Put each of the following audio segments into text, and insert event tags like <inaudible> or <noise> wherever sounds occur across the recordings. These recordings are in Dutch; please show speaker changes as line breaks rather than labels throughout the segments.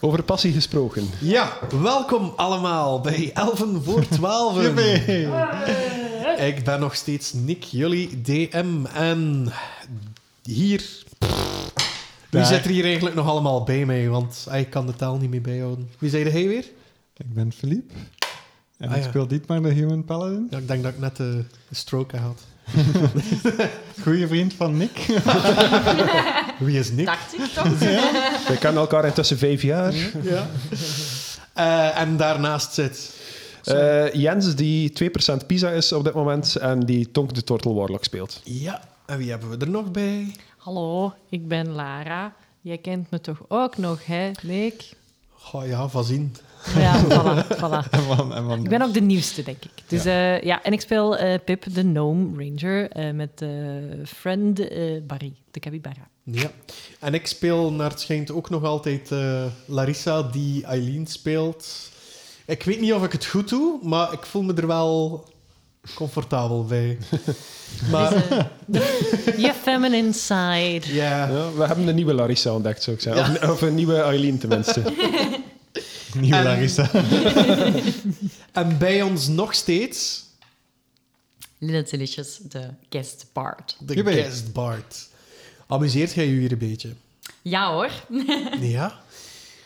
Over passie gesproken.
Ja, welkom allemaal bij Elven voor 12. Ik ben nog steeds Nick, jullie DM. En hier. Wie
Daar.
zit er hier eigenlijk nog allemaal bij mij? Want ik kan de taal niet meer bijhouden. Wie zei hij weer?
Ik ben Philippe. En
Ah,
ik
ja.
speel Dietmar de Human Paladin.
Ja, ik denk dat ik net de stroke had.
Goeie vriend van Nick. <laughs>
Wie is Nick?
Dacht ik toch?
We kennen elkaar intussen vijf jaar.
Ja. Eh, en daarnaast zit.
Eh, Jens, die 2% Pisa is op dit moment en die Tonk de Tortel Warlock speelt.
Ja, en wie hebben we er nog bij?
Hallo, ik ben Lara. Jij kent me toch ook nog, hè,
<laughs>
Nick?
Oh ja, van zien.
Ja, voilà, voilà.
En van, en van
Ik ben ook de nieuwste, denk ik. Dus, ja. ja, en ik speel eh, Pip, de Gnome Ranger, eh, met eh, friend eh, Barry, de capybara.
Ja, en ik speel naar het schijnt ook nog altijd eh, Larissa, die Eileen speelt. Ik weet niet of ik het goed doe, maar ik voel me er wel comfortabel bij. maar
<laughs> Je feminine side.
ja,
Ja, we hebben een nieuwe Larissa ontdekt, zou ik zeggen.
Ja.
Of, een- of een nieuwe Eileen tenminste.
Nieuwe
en-
Larissa.
<laughs> en bij ons nog steeds
Little Delicious, de guest part.
de
Jubé.
guest Bart. Amuseert jij je hier een beetje?
Ja hoor.
Ja.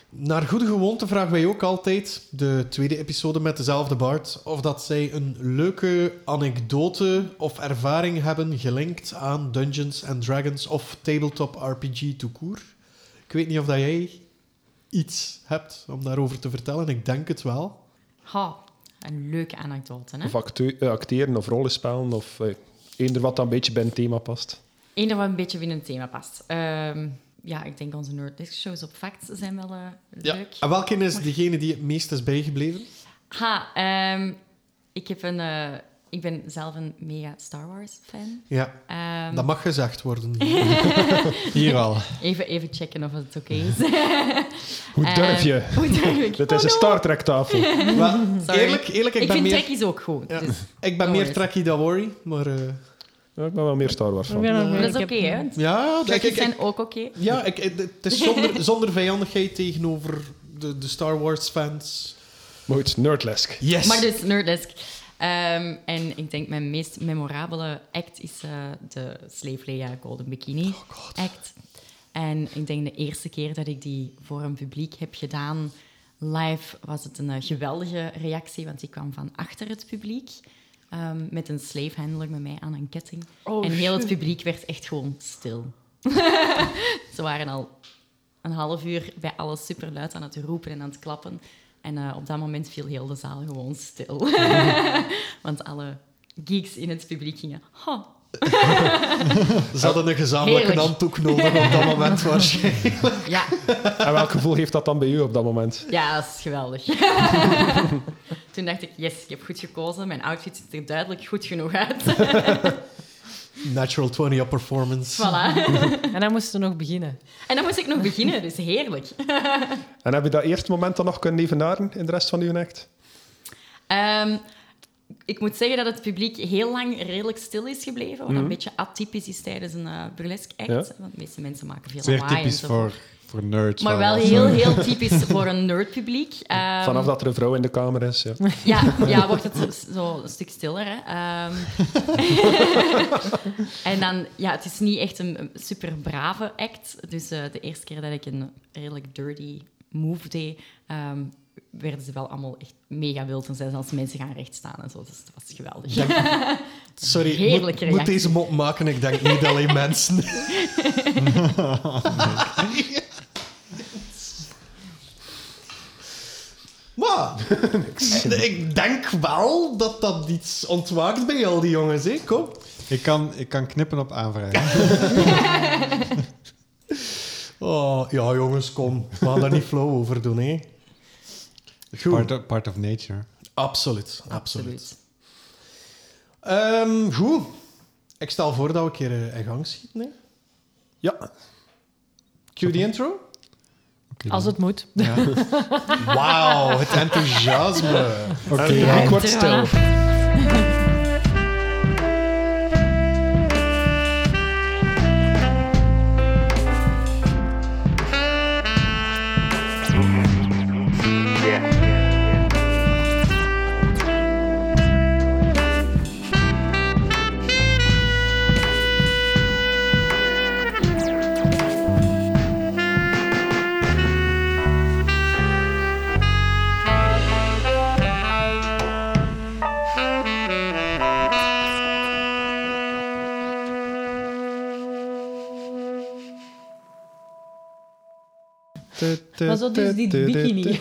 Naar goede gewoonte vragen wij ook altijd, de tweede episode met dezelfde Bart, of dat zij een leuke anekdote of ervaring hebben gelinkt aan Dungeons and Dragons of tabletop RPG to court. Ik weet niet of dat jij iets hebt om daarover te vertellen. Ik denk het wel.
Ha, een leuke anekdote hè.
Of acteu- eh, acteren of rollenspelen of eh, eender wat dat een beetje bij een thema past.
Eender wat een beetje binnen het thema past. Ehm, ja, ik denk onze Nerddisk shows op facts zijn wel eh, leuk.
En welke is degene die het meest is bijgebleven?
Ha, ehm, ik, heb een, eh, ik ben zelf een mega Star Wars fan.
Ja,
Ehm,
dat mag gezegd
<laughs>
worden. hier.
Hier al.
even, even checken of het oké
<laughs>
is.
Eh.
Hoe durf je?
Ehm, hoe durf ik?
Dit is een Star Trek tafel.
Wel,
Sorry.
eerlijk, eerlijk, ik,
Ik
ben
vind
meer,
trekkies ook goed.
Ja.
Dus,
ik ben
No
meer
worries.
trekkie dan worry, maar... eh,
Ja, ik ben wel meer Star Wars van.
maar dat is oké, hè?
ja, ik-
Trekkies
ik- ik-
zijn ook oké.
Ja, ik, het het is zonder, <laughs> zonder vijandigheid tegenover de, de Star Wars fans.
Maar goed, nerdlesk.
Yes.
Maar dus, Nerddesk. Ehm, en ik denk mijn meest memorabele act is eh, de Slave Leia Golden Bikini
Oh,
act. En ik denk de eerste keer dat ik die voor een publiek heb gedaan live, was het een eh, geweldige reactie, want die kwam van achter het publiek. ehm, met een slavehandler met mij aan een ketting.
Oh,
en heel het
shit.
publiek werd echt gewoon stil. <laughs> Ze waren al een half uur bij alles super luid aan het roepen en aan het klappen. En eh, op dat moment viel heel de zaal gewoon stil. <laughs> Want alle geeks in het publiek gingen... "Ha,
Ze hadden een gezamenlijke
Heerlijk.
handdoek nodig op dat
<laughs>
moment. waarschijnlijk.
Ja,
En welk gevoel heeft dat dan bij u op dat moment?
ja, dat is geweldig. <laughs> Toen dacht ik, yes, ik heb goed gekozen. Mijn outfit ziet er duidelijk goed genoeg uit. <laughs>
Natural 20 op performance.
voilà.
<laughs> En dan moesten we nog beginnen.
En dan moest ik nog beginnen, dus heerlijk.
En heb je dat eerste moment dan nog kunnen evenaren in de rest van uw act?
Ehm, ik moet zeggen dat het publiek heel lang redelijk stil is gebleven. Wat
Mhm.
een beetje atypisch is tijdens een eh, burlesque act.
Ja.
Want de meeste mensen maken veel
Zeer
lawaai
typisch
enzovoort.
voor, voor nerds.
Maar
van
wel
ons,
heel,
eh.
heel typisch voor een nerdpubliek. Ehm,
Vanaf dat er een vrouw in de kamer is. Ja.
Ja, ja wordt het zo, zo een stuk stiller. Hè? Ehm, <laughs> en dan, ja, het is niet echt een een super brave act. Dus eh, de eerste keer dat ik een redelijk dirty move deed, ehm, werden ze wel allemaal echt mega wild en zijn ze als mensen gaan rechtstaan en zo. Dus dat was geweldig.
Sorry, moet,
Heerlijke
moet
reactie.
deze mop maken? Ik denk niet alleen <laughs> mensen. Maar, ik denk wel dat dat iets ontwaakt bij al die jongens. Hè? Kom.
Ik kan, ik kan knippen op aanvragen.
Oh, ja, jongens, kom. We gaan daar <laughs> niet flow over doen, hè. Goed.
Part of, part of nature.
Absoluut, absoluut.
Absoluut.
Ehm, goed. Ik stel voor dat we een keer eh, in gang schieten, hè.
ja.
Cue the intro.
Oké,
Als
dan.
het moet.
Ja.
Wauw, het <laughs> enthousiasme. Oh.
Oké,
En
dan.
ik word stil.
Thank
Maar zo
<laughs>
dus die bikini.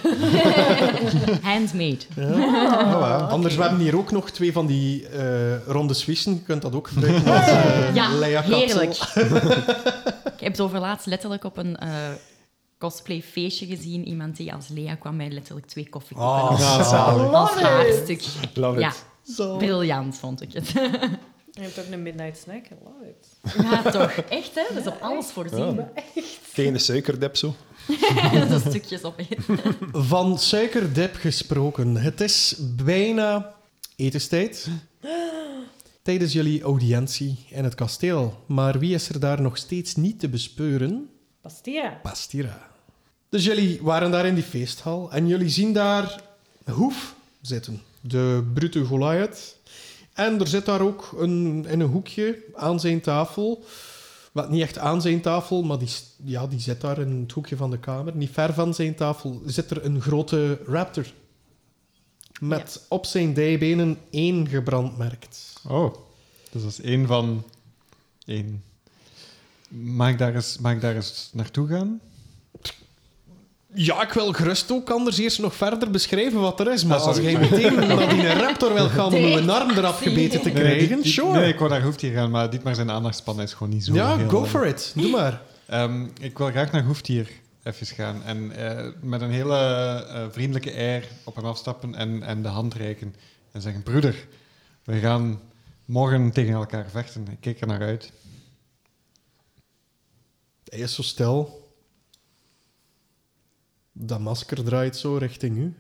Handmade.
Oh, Anders, we hebben hier ook nog twee van die eh, ronde swissen. Je kunt dat ook
<laughs>
gebruiken als eh,
Ja,
Leia-kapsel.
heerlijk. Ik heb het overlaatst letterlijk op een eh cosplay feestje gezien. Iemand die als Lea kwam met letterlijk twee koffiekoppen.
Ah,
Dat
ja, zalig.
was
Love it.
hartstikke
Love
Ja,
it.
briljant vond ik het.
Je hebt ook een midnight snack, I love it.
<laughs> Ja, toch. Echt, hè? Dat is op alles <laughs> voorzien.
Tegen de suikerdip zo.
Zo stukjes op
Van suikerdip gesproken. Het is bijna etenstijd. Tijdens jullie audiëntie in het kasteel. Maar wie is er daar nog steeds niet te bespeuren?
Pastia.
Pastira. Dus jullie waren daar in die feesthal. En jullie zien daar Hoef zitten. De brute Goliath. En er zit daar ook een, in een hoekje aan zijn tafel. Wat niet echt aan zijn tafel, maar die, s- ja, die zit daar in het hoekje van de kamer. Niet ver van zijn tafel zit er een grote raptor. Met op zijn dijbenen één gebrandmerkt.
Oh, dus dat is één van één. Mag ik daar eens, mag ik daar eens naartoe gaan?
Ja, ik wil gerust ook anders eerst nog verder beschrijven wat er is. Maar
Ah,
als
sorry.
jij meteen naar die raptor wil gaan om een arm eraf gebeten te krijgen,
Diet- Diet-
sure.
Nee, ik wou daar hoeft hier gaan, maar dit maar zijn aandachtspannen is gewoon niet zo.
ja,
heel
go
lang.
for it. Doe maar.
Ehm, ik wil graag naar Hoeftier even gaan en eh, met een hele eh, vriendelijke air op hem afstappen en, en de hand reiken en zeggen: Broeder, we gaan morgen tegen elkaar vechten. Ik kijk er naar uit.
Hij is zo stil. Dat masker draait zo richting u.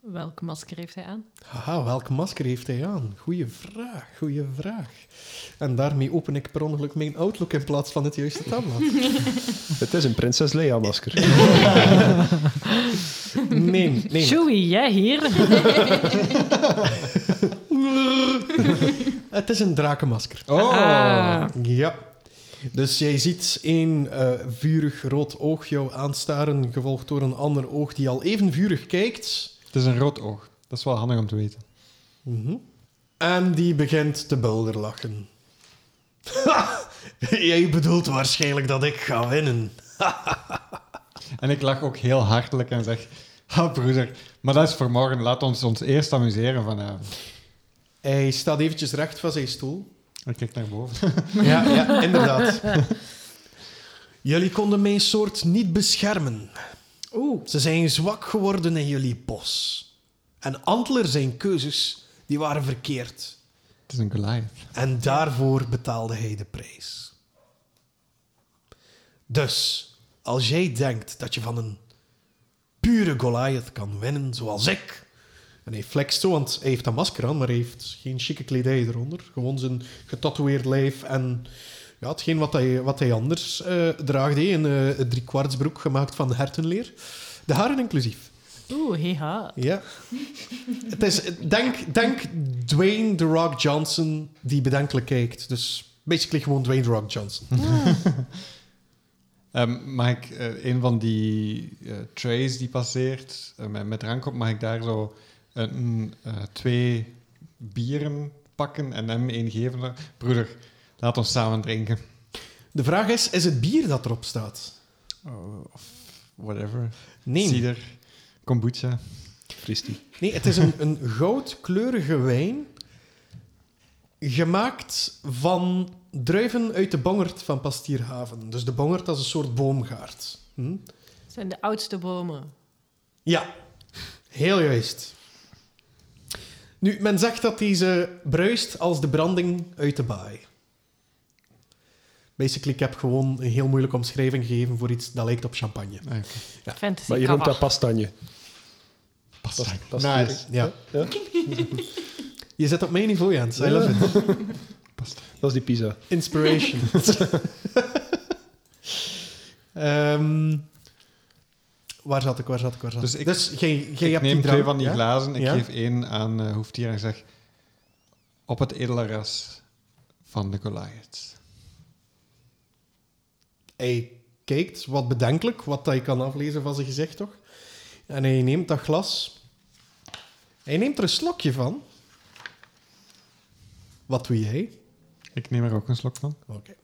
Welk masker heeft hij aan?
Haha, welk masker heeft hij aan? Goeie vraag, goeie vraag. En daarmee open ik per ongeluk mijn Outlook in plaats van het juiste tabblad.
Het is een prinses Leia masker.
Nee, nee.
Joey, jij <laughs> hier?
Het is een drakenmasker.
Oh!
Ah.
Ja. Dus jij ziet één eh, vurig rood oog jou aanstaren, gevolgd door een ander oog die al even vurig kijkt.
Het is een rood oog. Dat is wel handig om te weten.
Mhm. En die begint te bulderlachen. <laughs> jij bedoelt waarschijnlijk dat ik ga winnen.
En ik lach ook heel hartelijk en zeg: Ha, broeder, maar dat is voor morgen. Laat ons ons eerst amuseren eh, vanavond.
Hij staat eventjes recht van zijn stoel.
Ik kijk naar boven. <laughs>
Ja, ja inderdaad. jullie konden mijn soort niet beschermen. Ze zijn zwak geworden in jullie bos. En Antler zijn keuzes, die waren verkeerd.
Het is een Goliath.
En daarvoor betaalde hij de prijs. Dus, als jij denkt dat je van een pure Goliath kan winnen, zoals ik... En hij flext zo, want hij heeft een masker aan, maar hij heeft geen chique kledij eronder. Gewoon zijn getatoeëerd lijf en ja, hetgeen wat hij, wat hij anders eh draagt. hè. Een eh, driekwartsbroek gemaakt van hertenleer. De haren inclusief.
Oeh, heha.
Ja. Het is, denk, denk Dwayne The Rock Johnson die bedenkelijk kijkt. Dus basically gewoon Dwayne The Rock Johnson.
Ehm, mag ik eh, een van die eh, trays die passeert eh, met, met drank op, mag ik daar zo een, eh, twee bieren pakken en hem één geven? Broeder, laat ons samen drinken.
De vraag is, is het bier dat erop staat?
Oh, of whatever.
Nee,
Cider, kombucha.
Fristie.
nee het is een, een goudkleurige wijn gemaakt van druiven uit de bongert van Pastierhaven. Dus de bongert als een soort boomgaard. Hm?
Het zijn de oudste bomen.
Ja, heel juist. Nu, men zegt dat deze bruist als de branding uit de baai. Basically, ik heb gewoon een heel moeilijke omschrijving gegeven voor iets dat lijkt op champagne.
Ah, oké.
Fantasy
Maar je noemt dat
cover.
pastanje.
Pas-
Pastanje.
Nice.
Ja.
Ja?
Je zit op mijn niveau, Jens. I love it.
Dat is die pizza.
<laughs>
Inspiration. Ehm, waar zat ik, waar zat ik, waar zat ik?
Dus
Dus,
ik-
jij, jij hebt
Ik
die
neem
drank,
twee van die
ja?
glazen, ik
Ja.
geef één aan eh Hoeftier en zeg... Op het edele ras van de Goliath.
Hij kijkt wat bedenkelijk, wat hij kan aflezen van zijn gezicht, toch? En hij neemt dat glas. Hij neemt er een slokje van. Wat doe jij?
Ik neem er ook een slok van.
Oké.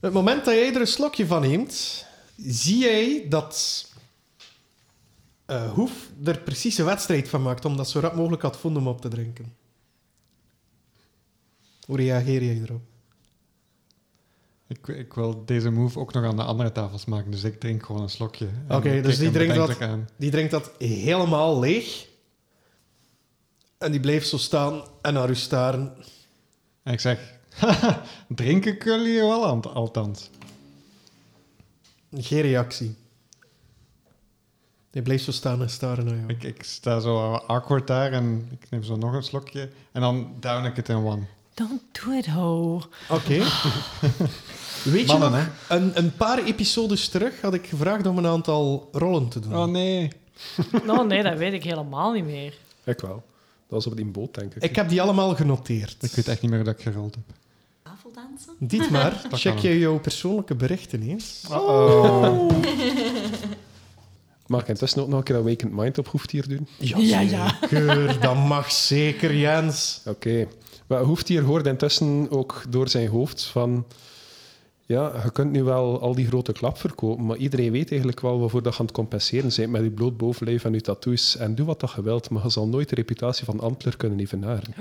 Het moment dat jij er een slokje van neemt, Zie jij dat eh, Hoef er precies een wedstrijd van maakt om dat zo rap mogelijk had vonden om op te drinken? Hoe reageer jij erop?
Ik, ik wil deze move ook nog aan de andere tafels maken, dus ik drink gewoon een slokje. En
Oké,
ik
dus
kijk
die
hem
drinkt wat-
bedenkelijk Aan.
Die drinkt dat helemaal leeg. En die bleef zo staan en naar u staren.
En ik zeg, <laughs> "Haha, drinken jullie hier wel aan, althans.
Geen reactie. Die bleef zo staan en staren naar jou.
Ik, ik sta zo awkward daar en ik neem zo nog een slokje. En dan down ik het in one.
Don't do it, ho.
Oké.
<laughs>
Weet je
Mannen,
nog,
hè?
een, een paar episodes terug had ik gevraagd om een aantal rollen te doen.
Oh nee.
Nou, nee, dat weet ik helemaal niet meer.
Ik wel. Dat was op die boot, denk ik.
Ik heb die allemaal genoteerd.
Ik weet echt niet meer hoe dat ik gerold heb.
Tafeldansen?
<laughs>
Dietmar,
kan
check
hem.
je jouw persoonlijke berichten eens.
Uh-oh. Mag ik intussen ook nog een keer dat Awakened Mind op Hoeftier doen?
Ja, ja.
Keur, dat mag zeker, Jens.
Oké. Maar Hoeftier hoort intussen ook door zijn hoofd van... Ja, je kunt nu wel al die grote klap verkopen, maar iedereen weet eigenlijk wel waarvoor dat je aan het compenseren bent met je bloot bovenlijf en je tattoos. En doe wat dat je wilt, maar je zal nooit de reputatie van Antler kunnen evenaren.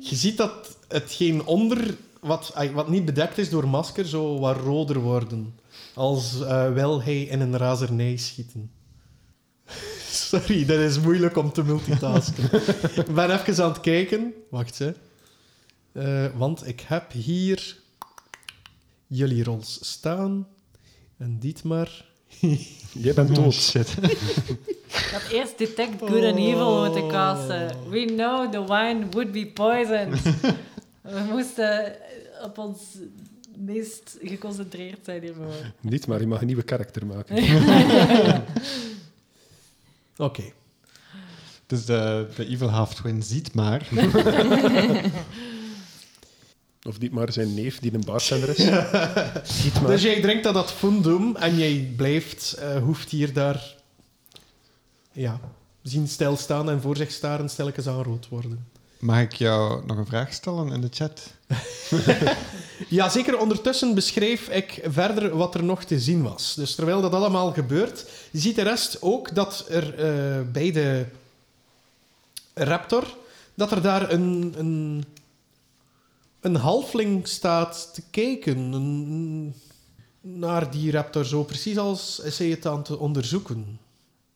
Je ziet dat hetgeen onder, wat, ai, wat niet bedekt is door masker, zo wat roder worden. Als eh wel hij in een razernij schieten. <laughs> Sorry, dat is moeilijk om te multitasken. ik ben even aan het kijken. Wacht, hè. Eh, want ik heb hier jullie rols staan. En Dietmar...
Jij bent dood.
Ik had eerst detect good and evil
Oh.
moeten casten. We know the wine would be poisoned. We moesten op ons meest geconcentreerd zijn hiervoor.
Niet, maar je mag een nieuwe karakter maken.
Oké.
Dus de, de Evil Half Twin ziet maar.
<laughs>
Of niet maar zijn neef, die een bartender is. Niet maar.
Dus jij drinkt dat dat fundum en jij blijft eh, hoeft hier daar ja, zien stilstaan en voor zich staren stilletjes aan rood worden.
Mag ik jou nog een vraag stellen in de chat?
Ja, zeker. Ondertussen beschreef ik verder wat er nog te zien was. Dus terwijl dat allemaal gebeurt, je ziet de rest ook dat er eh, bij de raptor, dat er daar een, een, een halfling staat te kijken. Een- naar die raptor, zo precies als is hij het aan te onderzoeken.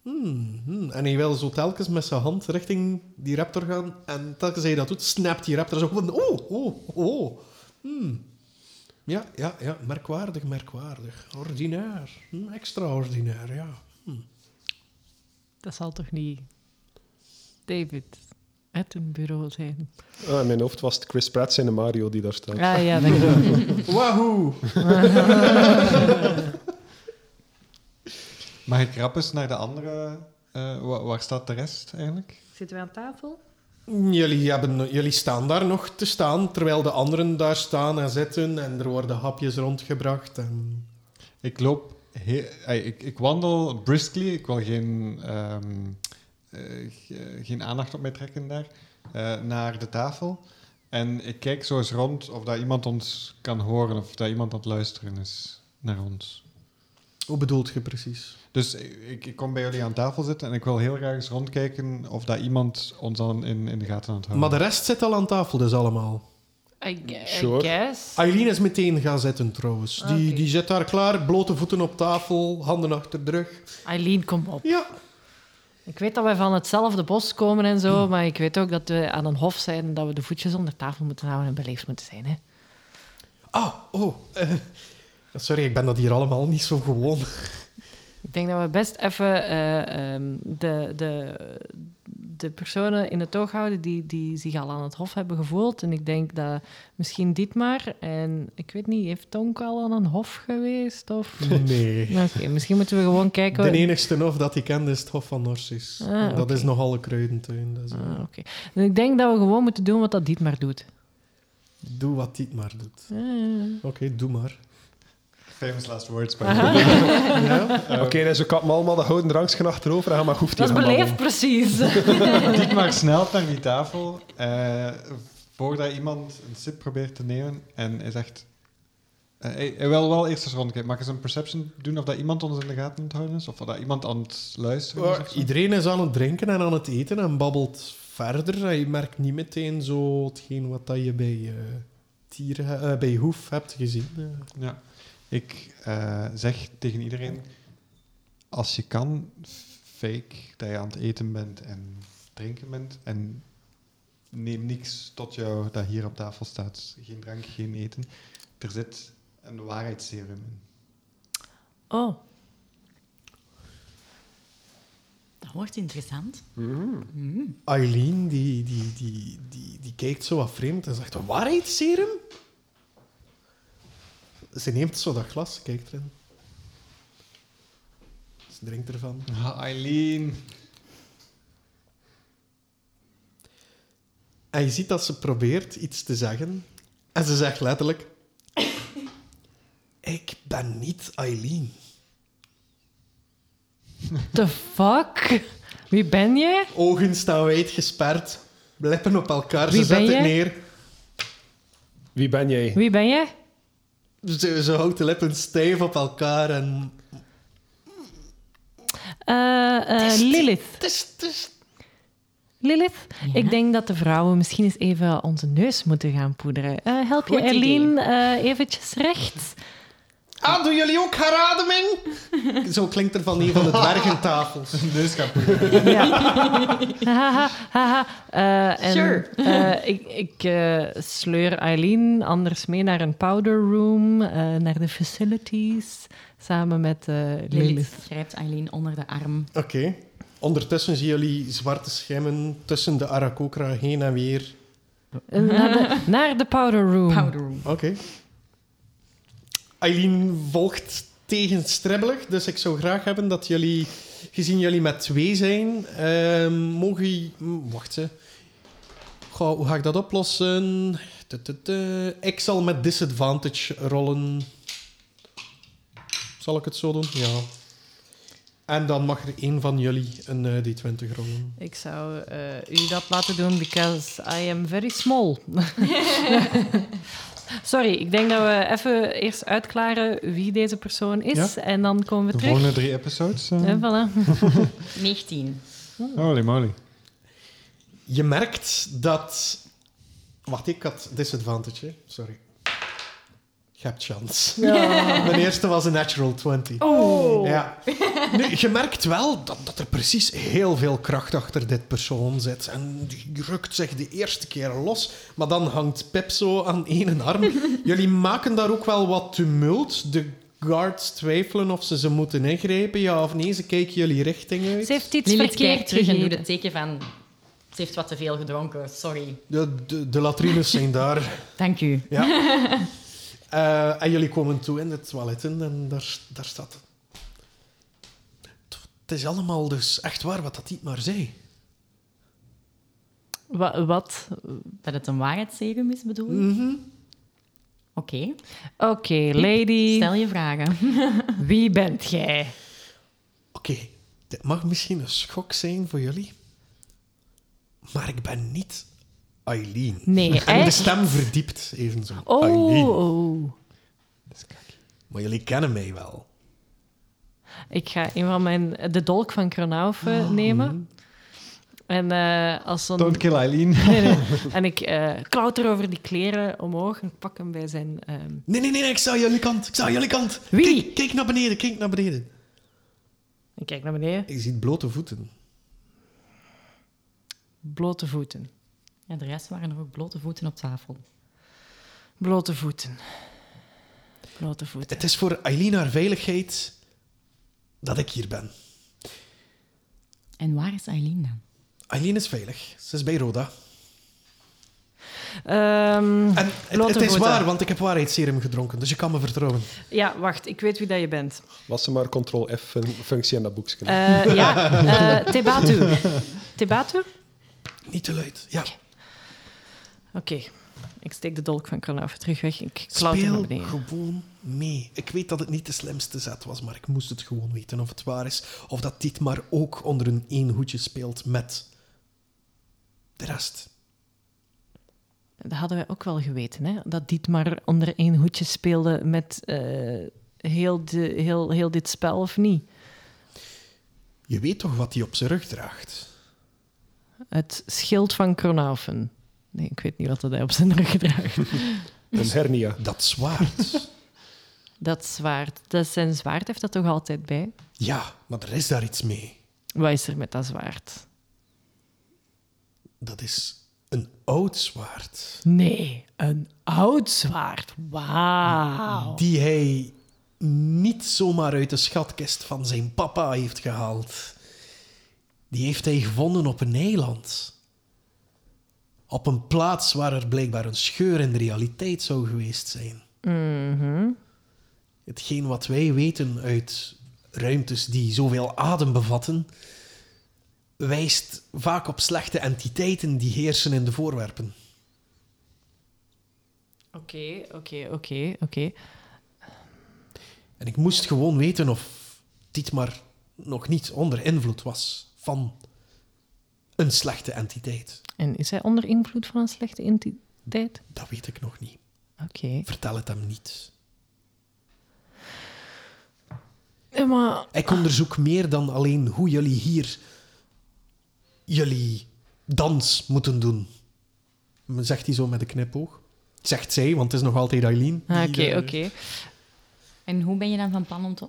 Hmm, hmm. En hij wil zo telkens met zijn hand richting die raptor gaan. En telkens hij dat doet, snapt die raptor zo van... Oh, oh, oh. Hmm. Ja, ja, ja. Merkwaardig, merkwaardig. Ordinair. Hm, extraordinair, ja.
Dat zal toch niet David met een bureau zijn?
Ah, in mijn hoofd was het Chris Pratt zijn de Mario die daar staat.
Ja, Ah,
<laughs>
ja, denk ik.
Wahoo!
Mag ik rap eens naar de andere... eh, wa- waar staat de rest eigenlijk?
Zitten we aan tafel?
Hm, Jullie, hebben, jullie staan daar nog te staan, terwijl de anderen daar staan en zitten. En er worden hapjes rondgebracht. En...
Ik loop... he- ey, ik, ik wandel briskly. Ik wil geen, ehm, eh, ge- geen aandacht op mij trekken daar. eh, naar de tafel. En ik kijk zo eens rond of dat iemand ons kan horen. Of dat iemand aan het luisteren is naar ons.
Hoe bedoelt je precies?
Dus ik, ik kom bij jullie aan tafel zitten en ik wil heel graag eens rondkijken of dat iemand ons dan in, in de gaten aan het houden.
Maar de rest zit al aan tafel, dus allemaal.
I, gue- I
Sure.
guess.
Aileen is meteen gaan zitten trouwens. Die,
Oké.
die zit daar klaar, blote voeten op tafel, handen achter de rug.
Eileen, kom op.
Ja,
Ik weet dat wij van hetzelfde bos komen en zo, maar ik weet ook dat we aan een hof zijn en dat we de voetjes onder tafel moeten houden en beleefd moeten zijn. Hè?
Ah, oh. <laughs> eh, sorry, ik ben dat hier allemaal niet zo gewoon.
Ik denk dat we best even eh, ehm, de, de, de personen in het oog houden die, die zich al aan het hof hebben gevoeld. En ik denk dat misschien Dietmar en ik weet niet, heeft Tonk al aan een hof geweest? Of...
Nee.
<laughs> Oké, misschien moeten we gewoon kijken.
De enigste hof dat ik kende is het Hof van Norsis.
Ah,
dat
oké.
is nogal een kruidentuin. Dus, eh,
Ah, oké. Dus ik denk dat we gewoon moeten doen wat dat Dietmar doet.
Doe wat dit maar doet. Oké, doe maar.
Famous last words. by the way.
Aha,
ja?
Oké, dus ik had me allemaal dat houden drankje achterover en ga maar Hoeftier
dat is
gaan
beleefd,
babbelen.
precies.
Dietmar maar snel naar die tafel eh, voordat iemand een sip probeert te nemen en hij zegt: Eh, eh, wel, wel eerst eens rondkijken. Mag ik eens een perception doen of dat iemand ons in de gaten aan het houden is? Of dat iemand aan het luisteren is?
Maar
of zo?
Iedereen is aan het drinken en aan het eten en babbelt verder. En je merkt niet meteen zo hetgeen wat dat je bij, eh, tieren, eh, bij Hoef hebt gezien. Eh,
Ja. Ik eh, zeg tegen iedereen, als je kan, fake dat je aan het eten bent en drinken bent. En neem niks tot jou dat hier op tafel staat. Geen drank, geen eten. Er zit een waarheidsserum in.
<laughs> Oh,
Dat wordt interessant. Mm.
Eileen, die, die, die, die, die kijkt zo wat vreemd en zegt, waarheidsserum? Ze neemt zo dat glas, ze kijkt erin. Ze drinkt ervan.
Ah,
<laughs>
Eileen.
En je ziet dat ze probeert iets te zeggen. En ze zegt letterlijk... <laughs> Ik ben niet Eileen.
the fuck? Wie ben je?
Ogen staan wijd gesperd. Lippen op elkaar.
Wie
ze zet
ben
het
je?
neer.
Wie ben jij?
Wie ben je?
Ze, ze houdt de lippen stijf op elkaar. En
Eh, eh, Lilith. Lilith,
Ja.
ik denk dat de vrouwen misschien eens even onze neus moeten gaan poederen. Eh, help je
Goed idee.
Eileen eh, eventjes recht?
Ah, doen jullie ook herademing? <laughs> Zo klinkt er van een van de dwergentafels.
Dus ga
Ja. <laughs> Haha, haha. Eh, en,
Sure.
eh, ik ik eh, sleur Eileen anders mee naar een powder room, eh, naar de facilities, samen met eh,
Lilith
Lilith.
grijpt Eileen onder de arm.
Oké. Ondertussen zien jullie zwarte schimmen tussen de Arakokra heen en weer.
Eh, naar, de, naar de powder room.
Powder room.
Oké. Eileen volgt tegenstribbelig, dus ik zou graag hebben dat jullie, gezien jullie met twee zijn, ehm, mogen. j- hm, Wacht ze. Goh, hoe ga ik dat oplossen? Tututu. Ik zal met disadvantage rollen. Zal ik het zo doen? Ja. En dan mag er één van jullie een eh, D20 rollen.
Ik zou eh, u dat laten doen, because I am very small. <laughs> Sorry, ik denk dat we even eerst uitklaren wie deze persoon is. En dan komen we
De
terug.
volgende drie episodes. eh.
Eh, voilà.
19.
Holy moly.
Je merkt dat. Wacht, ik had disadvantage, hè. sorry. Je hebt chance.
<laughs>
Mijn eerste was een natural 20.
Oh.
Ja. Nu, je merkt wel dat, dat er precies heel veel kracht achter dit persoon zit. En die rukt zich de eerste keer los, maar dan hangt Pip zo aan één
<laughs>
arm. Jullie maken daar ook wel wat tumult. De guards twijfelen of ze ze moeten ingrijpen, ja of nee. Ze kijken jullie richting uit.
Ze heeft iets
Lilith kijkt
verkeerd
terug en doet
gegeten.
het teken van... Ze heeft wat te veel gedronken, sorry.
De, de, de latrines zijn daar.
Dank u.
Ja. Eh, en jullie komen toe in de toiletten en daar, daar staat... Het is allemaal dus echt waar wat dat niet maar zei.
Wa- wat?
Dat het een waarheidsserum is, bedoel je? Oké,
Oké, lady,
stel je vragen.
wie bent jij?
Oké, dit mag misschien een schok zijn voor jullie, maar ik ben niet Eileen.
Nee,
En de
echt?
stem verdiept evenzo.
Oh,
Eileen.
oh.
Maar jullie kennen mij wel.
Ik ga een van mijn... De dolk van Kronaufe nemen. En eh, als zo'n...
Don't kill Eileen.
<laughs>
Nee, nee. En ik eh, klauter over die kleren omhoog en pak hem bij zijn... ehm,
Nee, nee, nee, nee, ik sta aan jullie kant. Ik sta aan jullie kant.
Wie?
Kijk, kijk naar beneden, kijk naar beneden.
Ik kijk naar beneden.
Ik zie blote voeten.
Blote voeten.
Ja, de rest waren er ook blote voeten op tafel.
Blote voeten. Blote voeten.
Het is voor Eileen haar veiligheid dat ik hier ben.
En waar is Eileen dan?
Eileen is veilig. Ze is bij Roda.
Ehm,
En het,
blote
het is
voeten.
waar, want ik heb waarheidsserum gedronken, dus je kan me vertrouwen.
Ja, wacht. Ik weet wie dat je bent.
Was ze maar ctrl-f-functie aan dat boekje.
Eh, ja, eh, Tebatu. Tebatu? Oké.
Niet te luid. Ja.
Ik steek de dolk van Kronaufe terug weg. Ik klauter naar
Speel
beneden.
gewoon mee. Ik weet dat het niet de slimste zet was, maar ik moest het gewoon weten of het waar is. Of dat dit maar ook onder een één hoedje speelt met de rest.
dat hadden wij ook wel geweten, hè? dat dit maar onder één hoedje speelde met eh, heel, de, heel, heel dit spel of niet.
Je weet toch wat hij op zijn rug draagt?
Het schild van Kronaufen. Nee, ik weet niet wat dat hij op zijn rug draagt.
Een
Eh.
hernia.
Dat zwaard.
Dat zwaard. Dat zijn zwaard heeft dat toch altijd bij?
ja, maar er is daar iets mee.
Wat is er met dat zwaard?
Dat is een oud zwaard.
Nee, een oud zwaard. Wauw.
Die hij niet zomaar uit de schatkist van zijn papa heeft gehaald. Die heeft hij gevonden op een eiland. Op een plaats waar er blijkbaar een scheur in de realiteit zou geweest zijn.
Mhm.
Hetgeen wat wij weten uit ruimtes die zoveel adem bevatten, wijst vaak op slechte entiteiten die heersen in de voorwerpen.
Oké, oké, oké, oké.
En ik moest gewoon weten of Dietmar nog niet onder invloed was van een slechte entiteit.
En is hij onder invloed van een slechte entiteit?
Dat weet ik nog niet.
Oké.
Vertel het hem niet.
Ja, maar
Ik onderzoek meer dan alleen hoe jullie hier jullie dans moeten doen. Zegt hij zo met een knipoog. Zegt zij, want het is nog altijd Eileen.
Ah,
die,
Oké,
eh,
oké.
En hoe ben je dan van plan om te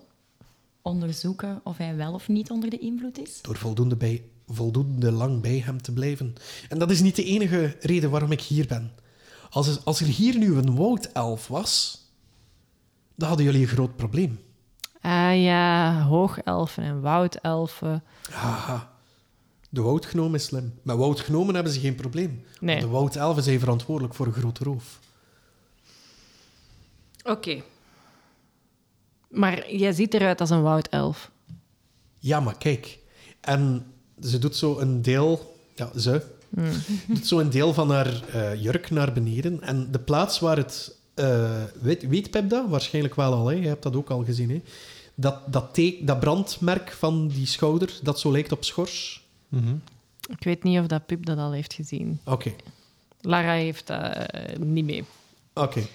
onderzoeken of hij wel of niet onder de invloed is?
Door voldoende, bij, voldoende lang bij hem te blijven. En dat is niet de enige reden waarom ik hier ben. Als, als er hier nu een woudelf was, dan hadden jullie een groot probleem.
Ah ja, hoogelfen en woudelfen.
Haha. De woudgnomen is slim. Met woudgnomen hebben ze geen probleem. want
Nee.
De woudelfen zijn verantwoordelijk voor een grote roof.
Oké. Maar jij ziet eruit als een woudelf.
Ja, maar kijk. En ze doet zo een deel... Ja, ze. Doet zo een deel van haar eh, jurk naar beneden. En de plaats waar het... eh weet, weet Pep dat? Waarschijnlijk wel al. Hè? Je hebt dat ook al gezien. Hè? Dat, dat, te- dat brandmerk van die schouder, dat zo lijkt op schors.
Mhm.
Ik weet niet of dat Pip dat al heeft gezien.
Oké,
Lara heeft dat eh, niet mee.
oké.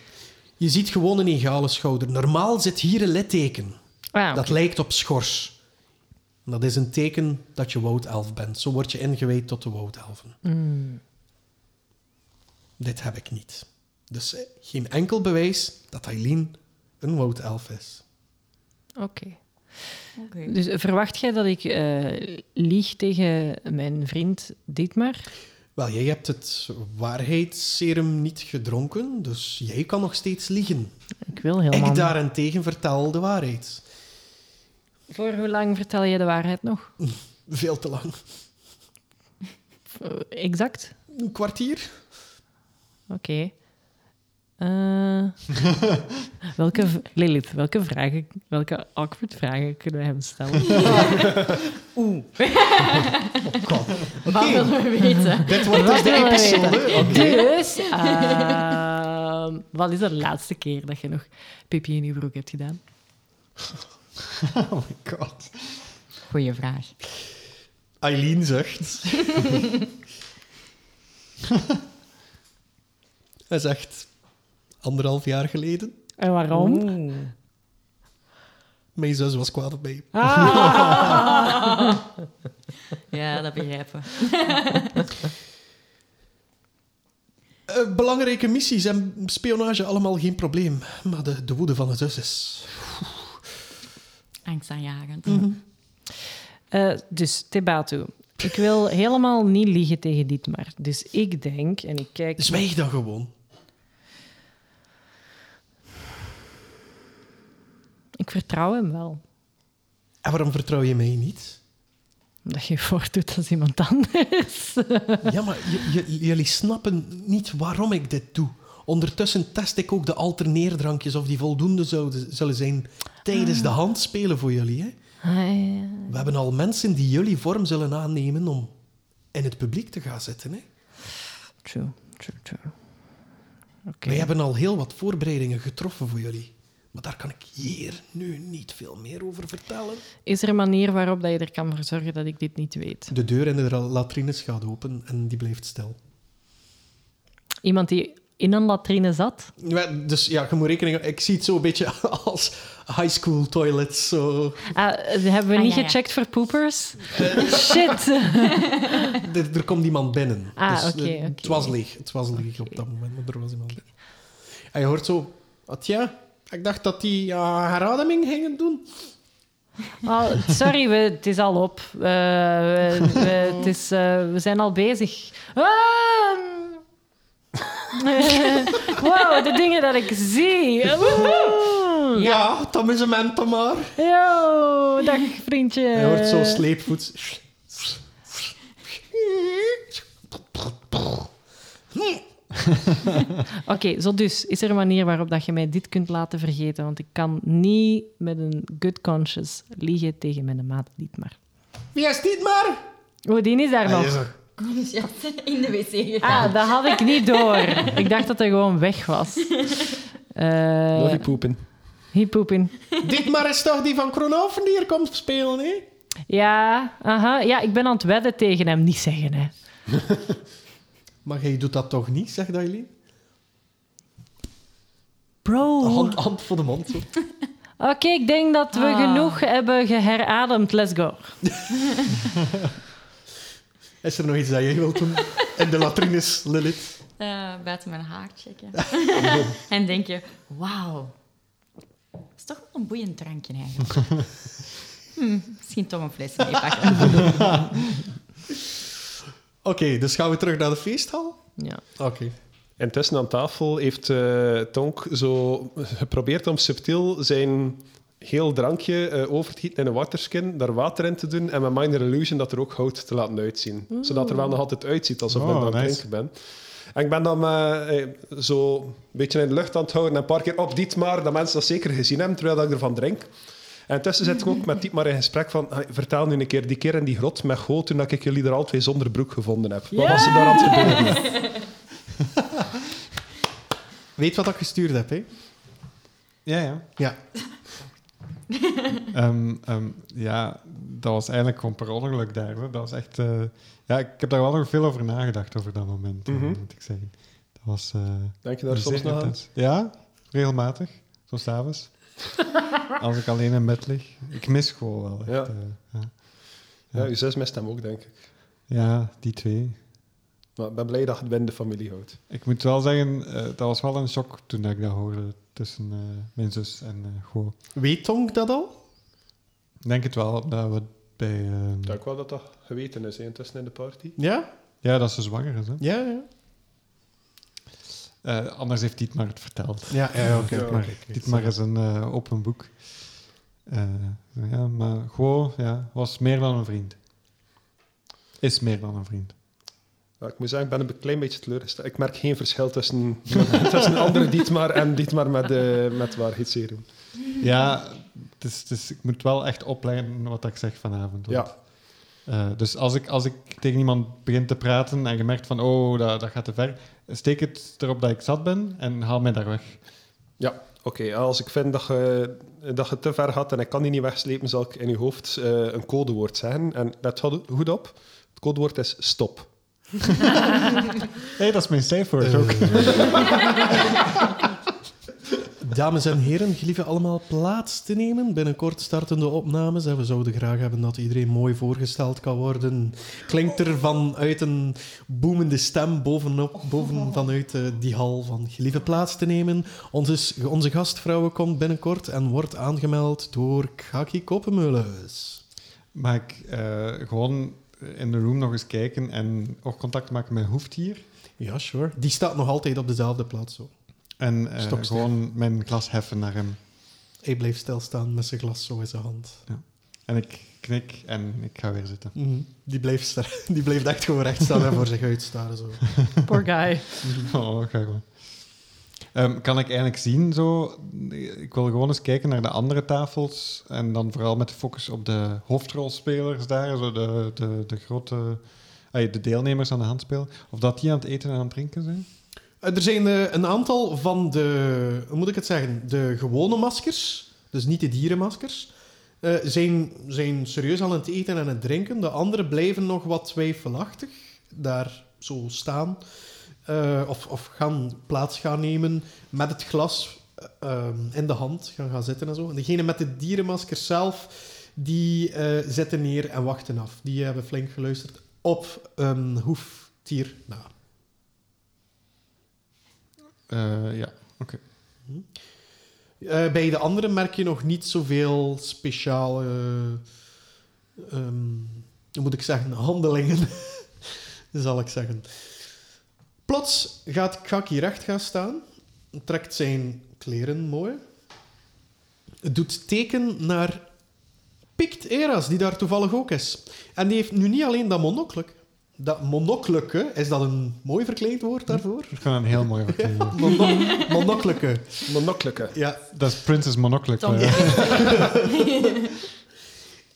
Je ziet gewoon een egale schouder. Normaal zit hier een litteken.
Ah,
Dat lijkt op schors. En dat is een teken dat je woudelf bent. Zo word je ingewijd tot de woudelfen. Dit heb ik niet. Dus eh, geen enkel bewijs dat Eileen een woudelf is.
Oké. Dus verwacht jij dat ik eh, lieg tegen mijn vriend Dietmar?
Wel, jij hebt het waarheidsserum niet gedronken, dus jij kan nog steeds liegen.
Ik wil helemaal
Ik
niet.
daarentegen vertel de waarheid.
Voor hoe lang vertel je de waarheid nog?
Veel te lang.
Eh, exact?
Een kwartier?
Oké. Eh, welke, v- Lilith, welke, vragen, welke awkward vragen kunnen we hem stellen?
Wat willen we weten?
Dit wordt dus de
willen we
episode. Oké.
<laughs> <laughs> Dus, ehm, wat is de laatste keer dat je nog pipi in je broek hebt gedaan?
Oh my god.
Goeie vraag.
Eileen zegt. Hij zegt anderhalf jaar geleden.
En waarom?
Mijn zus was kwaad op mij.
Ah. Ja, dat begrijpen we.
Eh, belangrijke missies en spionage allemaal geen probleem. Maar de, de woede van de zus is.
Angstaanjagend.
Eh, dus, Tebatu. Ik wil helemaal niet liegen tegen Dietmar. Dus ik denk, en ik kijk...
Zwijg dan gewoon.
Ik vertrouw hem wel.
En waarom vertrouw je mij niet?
Omdat je <laughs> je voordoet als iemand
Ah,
anders.
Ja, maar j- j- jullie snappen niet waarom ik dit doe. Ondertussen test ik ook de alterneerdrankjes of die voldoende zouden, zullen zijn tijdens de handspelen voor jullie. Hè?
Ah, ja.
We hebben al mensen die jullie vorm zullen aannemen om in het publiek te gaan zitten. Hè?
True, true, true. Oké.
Wij hebben al heel wat voorbereidingen getroffen voor jullie. Maar daar kan ik hier nu niet veel meer over vertellen.
Is er een manier waarop dat je er kan voor zorgen dat ik dit niet weet?
De deur in de ra- latrines gaat open en die blijft stil.
Iemand die in een latrine zat.
Ja, Dus ja, je moet rekening Ik zie het zo een beetje <laughs> als high school toilets. Zo.
Ah, eh, hebben we
Ah,
niet
ja, ja.
gecheckt voor poepers? <laughs> Shit!
Er, er komt iemand binnen.
Ah,
dus, eh,
oké, oké.
Het was leeg. Het was leeg op dat moment, maar er was iemand binnen. En je hoort zo... Atja, ik dacht dat die ja, herademing gingen doen.
Oh, sorry, we, het is al op. Eh, we, we- het is, eh, we zijn al bezig. Ah! <laughs> wow, de dingen dat ik zie. Woehoe.
Ja, dat is een mentor maar.
Yo, dag vriendje.
En je hoort zo sleepvoets.
Oké, zo dus. Is er een manier waarop dat je mij dit kunt laten vergeten? Want ik kan niet met een good conscience liegen tegen mijn maat Dietmar.
Wie is dit maar?
Oh, die is daar
Hij
nog.
is er.
<laughs> Ja, in de wc gegaan.
Ah, dat had ik niet door. Ik dacht dat hij gewoon weg was. Eh
Lolly poepen.
hier poep in.
Dit maar is toch die van Kronoven die hier komt spelen, hè?
Ja, aha. ja, ik ben aan het wedden tegen hem. Niet zeggen, hè.
Maar jij doet dat toch niet, zegt Eileen?
Bro.
Hand,
Oké,
hand voor de mond. Zo.
ik denk dat we
Ah.
genoeg hebben geherademd. Let's go.
Is er nog iets dat jij wilt doen? In de latrines, Lilith.
Eh, buiten mijn haar checken. <laughs> en denk je, wauw. Dat is toch wel een boeiend drankje eigenlijk. Hm, misschien toch een flesje meepakken.
Oké, dus gaan we terug naar de feesthal?
Ja.
Oké.
Intussen aan tafel heeft eh, Tonk zo geprobeerd om subtiel zijn heel drankje eh, over te gieten in een waterskin, daar water in te doen en met Minor Illusion dat er ook hout te laten uitzien. Zodat er wel nog altijd uitziet alsof
Oh,
ik aan het
nice.
drinken ben. En ik ben dan eh, eh, zo een beetje in de lucht aan het houden en een paar keer op Dietmar, dat mensen dat zeker gezien hebben, terwijl dat ik ervan drink. En tussen zit ik ook met Dietmar in gesprek van, "Hey, vertel nu een keer, die keer in die grot met Goot, toen dat ik jullie er al twee zonder broek gevonden heb. Wat was er daar aan het
<laughs>
gebeuren?
Weet wat ik gestuurd heb, hè?
Ja, ja.
Ja.
Ehm, ehm, ja, dat was eigenlijk gewoon per ongeluk daar. Hoor. Dat was echt... eh, ja, ik heb daar wel nog veel over nagedacht, over dat moment, eh,
Mhm.
moet ik zeggen. Dat was... eh,
Denk je daar
Zeer
soms nog aan?
intens. Ja, regelmatig.
<laughs>
Zo s'avonds. Als ik alleen in bed lig. Ik mis school wel. Echt.
Ja.
eh, ja.
Ja, uw zus mist hem ook, denk ik.
ja, die twee.
Maar ik ben blij dat je het binnen de familie houdt.
Ik moet wel zeggen, eh, dat was wel een shock toen ik dat hoorde tussen eh, mijn zus en eh Go.
Weet Tonk dat al?
Ik denk het wel dat we bij. ehm,
Ik denk wel dat dat geweten is, hè, intussen in de party.
Ja?
ja, dat ze zwanger is. Hè?
Ja, ja.
Eh, anders heeft Dietmar het verteld.
Ja, ja oké.
Ja,
oké,
Dietmar,
oké, oké.
<laughs> Dietmar is een eh, open boek. Eh, ja, maar Go ja, was meer dan een vriend. Is meer dan een vriend.
Ja, ik moet zeggen, ik ben een klein beetje teleurgesteld. Ik merk geen verschil tussen, <laughs> tussen andere Dietmar en Dietmar met, eh met waarheidsserum.
Ja, het is, het is- ik moet wel echt opleiden wat ik zeg vanavond. want,
Ja,
eh, dus als ik, als ik tegen iemand begin te praten en je merkt van, oh, dat, dat gaat te ver, steek het erop dat ik zat ben en haal mij daar weg.
ja. oké. Als ik vind dat je, dat je te ver gaat en ik kan die niet wegslepen, zal ik in je hoofd eh, een codewoord zeggen. En let goed goed op, het codewoord is stop.
Hé, dat is mijn cijfer ook.
Dames en heren, gelieve allemaal plaats te nemen. Binnenkort starten de opnames en we zouden graag hebben dat iedereen mooi voorgesteld kan worden. Klinkt er vanuit een boemende stem bovenop, boven vanuit eh, die hal van gelieve plaats te nemen. Onze, onze gastvrouwen komt binnenkort en wordt aangemeld door Kaki Koppenmeulens.
<laughs> Mag ik eh, gewoon in de room nog eens kijken en ook contact maken met Hoeftier?
Ja, sure. Die staat nog altijd op dezelfde plaats. Zo.
En eh,
Stop, Stef.
gewoon mijn glas heffen naar hem.
Hij blijft stilstaan met zijn glas zo in zijn hand.
En ik knik en ik ga weer zitten.
Mhm. Die, blijft sta- <laughs> die blijft echt gewoon recht staan en voor zich uitstaren. Zo.
<laughs> Poor guy.
<laughs> Oh, ga gewoon. Ehm, kan ik eigenlijk zien zo? Ik wil gewoon eens kijken naar de andere tafels. En dan vooral met de focus op de hoofdrolspelers daar. Zo de, de, de grote. ai, de deelnemers aan de handspel. Of dat die aan het eten en aan het drinken zijn.
Er zijn eh, een aantal van de, hoe moet ik het zeggen, de gewone maskers, dus niet de dierenmaskers, eh, zijn, zijn serieus al aan het eten en aan het drinken. De anderen blijven nog wat twijfelachtig daar zo staan. Eh, eh, of, of gaan plaats gaan nemen met het glas eh, ehm, in de hand, gaan gaan zitten en zo. En degene met de dierenmasker zelf, die eh zitten neer en wachten af. Die hebben flink geluisterd op ehm hoeftier Nou, na.
Eh, ja.
Eh, bij de anderen merk je nog niet zoveel speciale, ehm, hoe moet ik zeggen, handelingen, <laughs> zal ik zeggen. Plots gaat Kaki recht gaan staan, trekt zijn kleren mooi, doet teken naar Pikt Eras, die daar toevallig ook is. En die heeft nu niet alleen dat monokluk. Dat monokleke, is dat een mooi verkleed woord daarvoor?
Ik vind dat een heel mooie verkleding.
<laughs> Mono- monokleke,
Monokkelijke.
ja.
Dat is Princess Monocle.
Tom.
eh.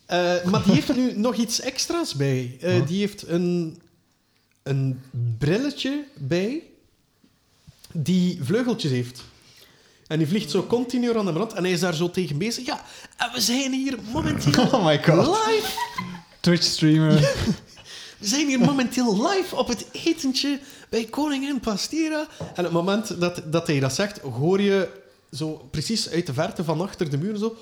Eh, maar die heeft er nu nog iets extra's bij. Eh,
Huh?
Die heeft een, een brilletje bij die vleugeltjes heeft. En die vliegt zo continu aan de rond en hij is daar zo tegen bezig. Ja, en we zijn hier momenteel
<laughs> Oh my god.
live.
Twitch streamer.
We zijn hier momenteel live op het etentje bij Koningin Pastera. En op het moment dat, dat hij dat zegt, hoor je zo precies uit de verte van achter de muur zo.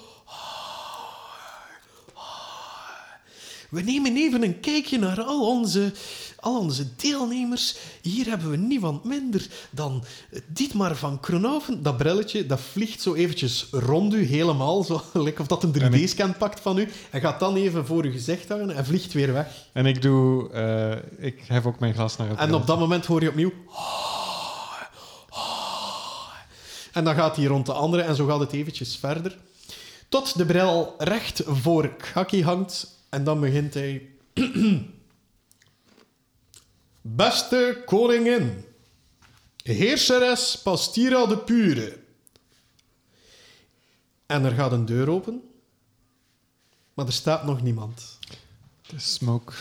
We nemen even een kijkje naar al onze, al onze deelnemers. Hier hebben we niemand minder dan Dietmar van Kronhoven. Dat brilletje dat vliegt zo eventjes rond u helemaal. Zo, <laughs> gelijk of dat een
En ik-
3D-scan pakt van u. En gaat dan even voor uw gezicht hangen en vliegt weer weg.
En ik doe... eh, ik hef ook mijn glas naar het
En op dat moment hoor je opnieuw. En dan gaat hij rond de andere en zo gaat het eventjes verder. Tot de bril recht voor Kaki hangt en dan begint hij. <clears throat> Beste koningin, heerseres Pastira de Pure. En er gaat een deur open, maar er staat nog niemand.
Smoke.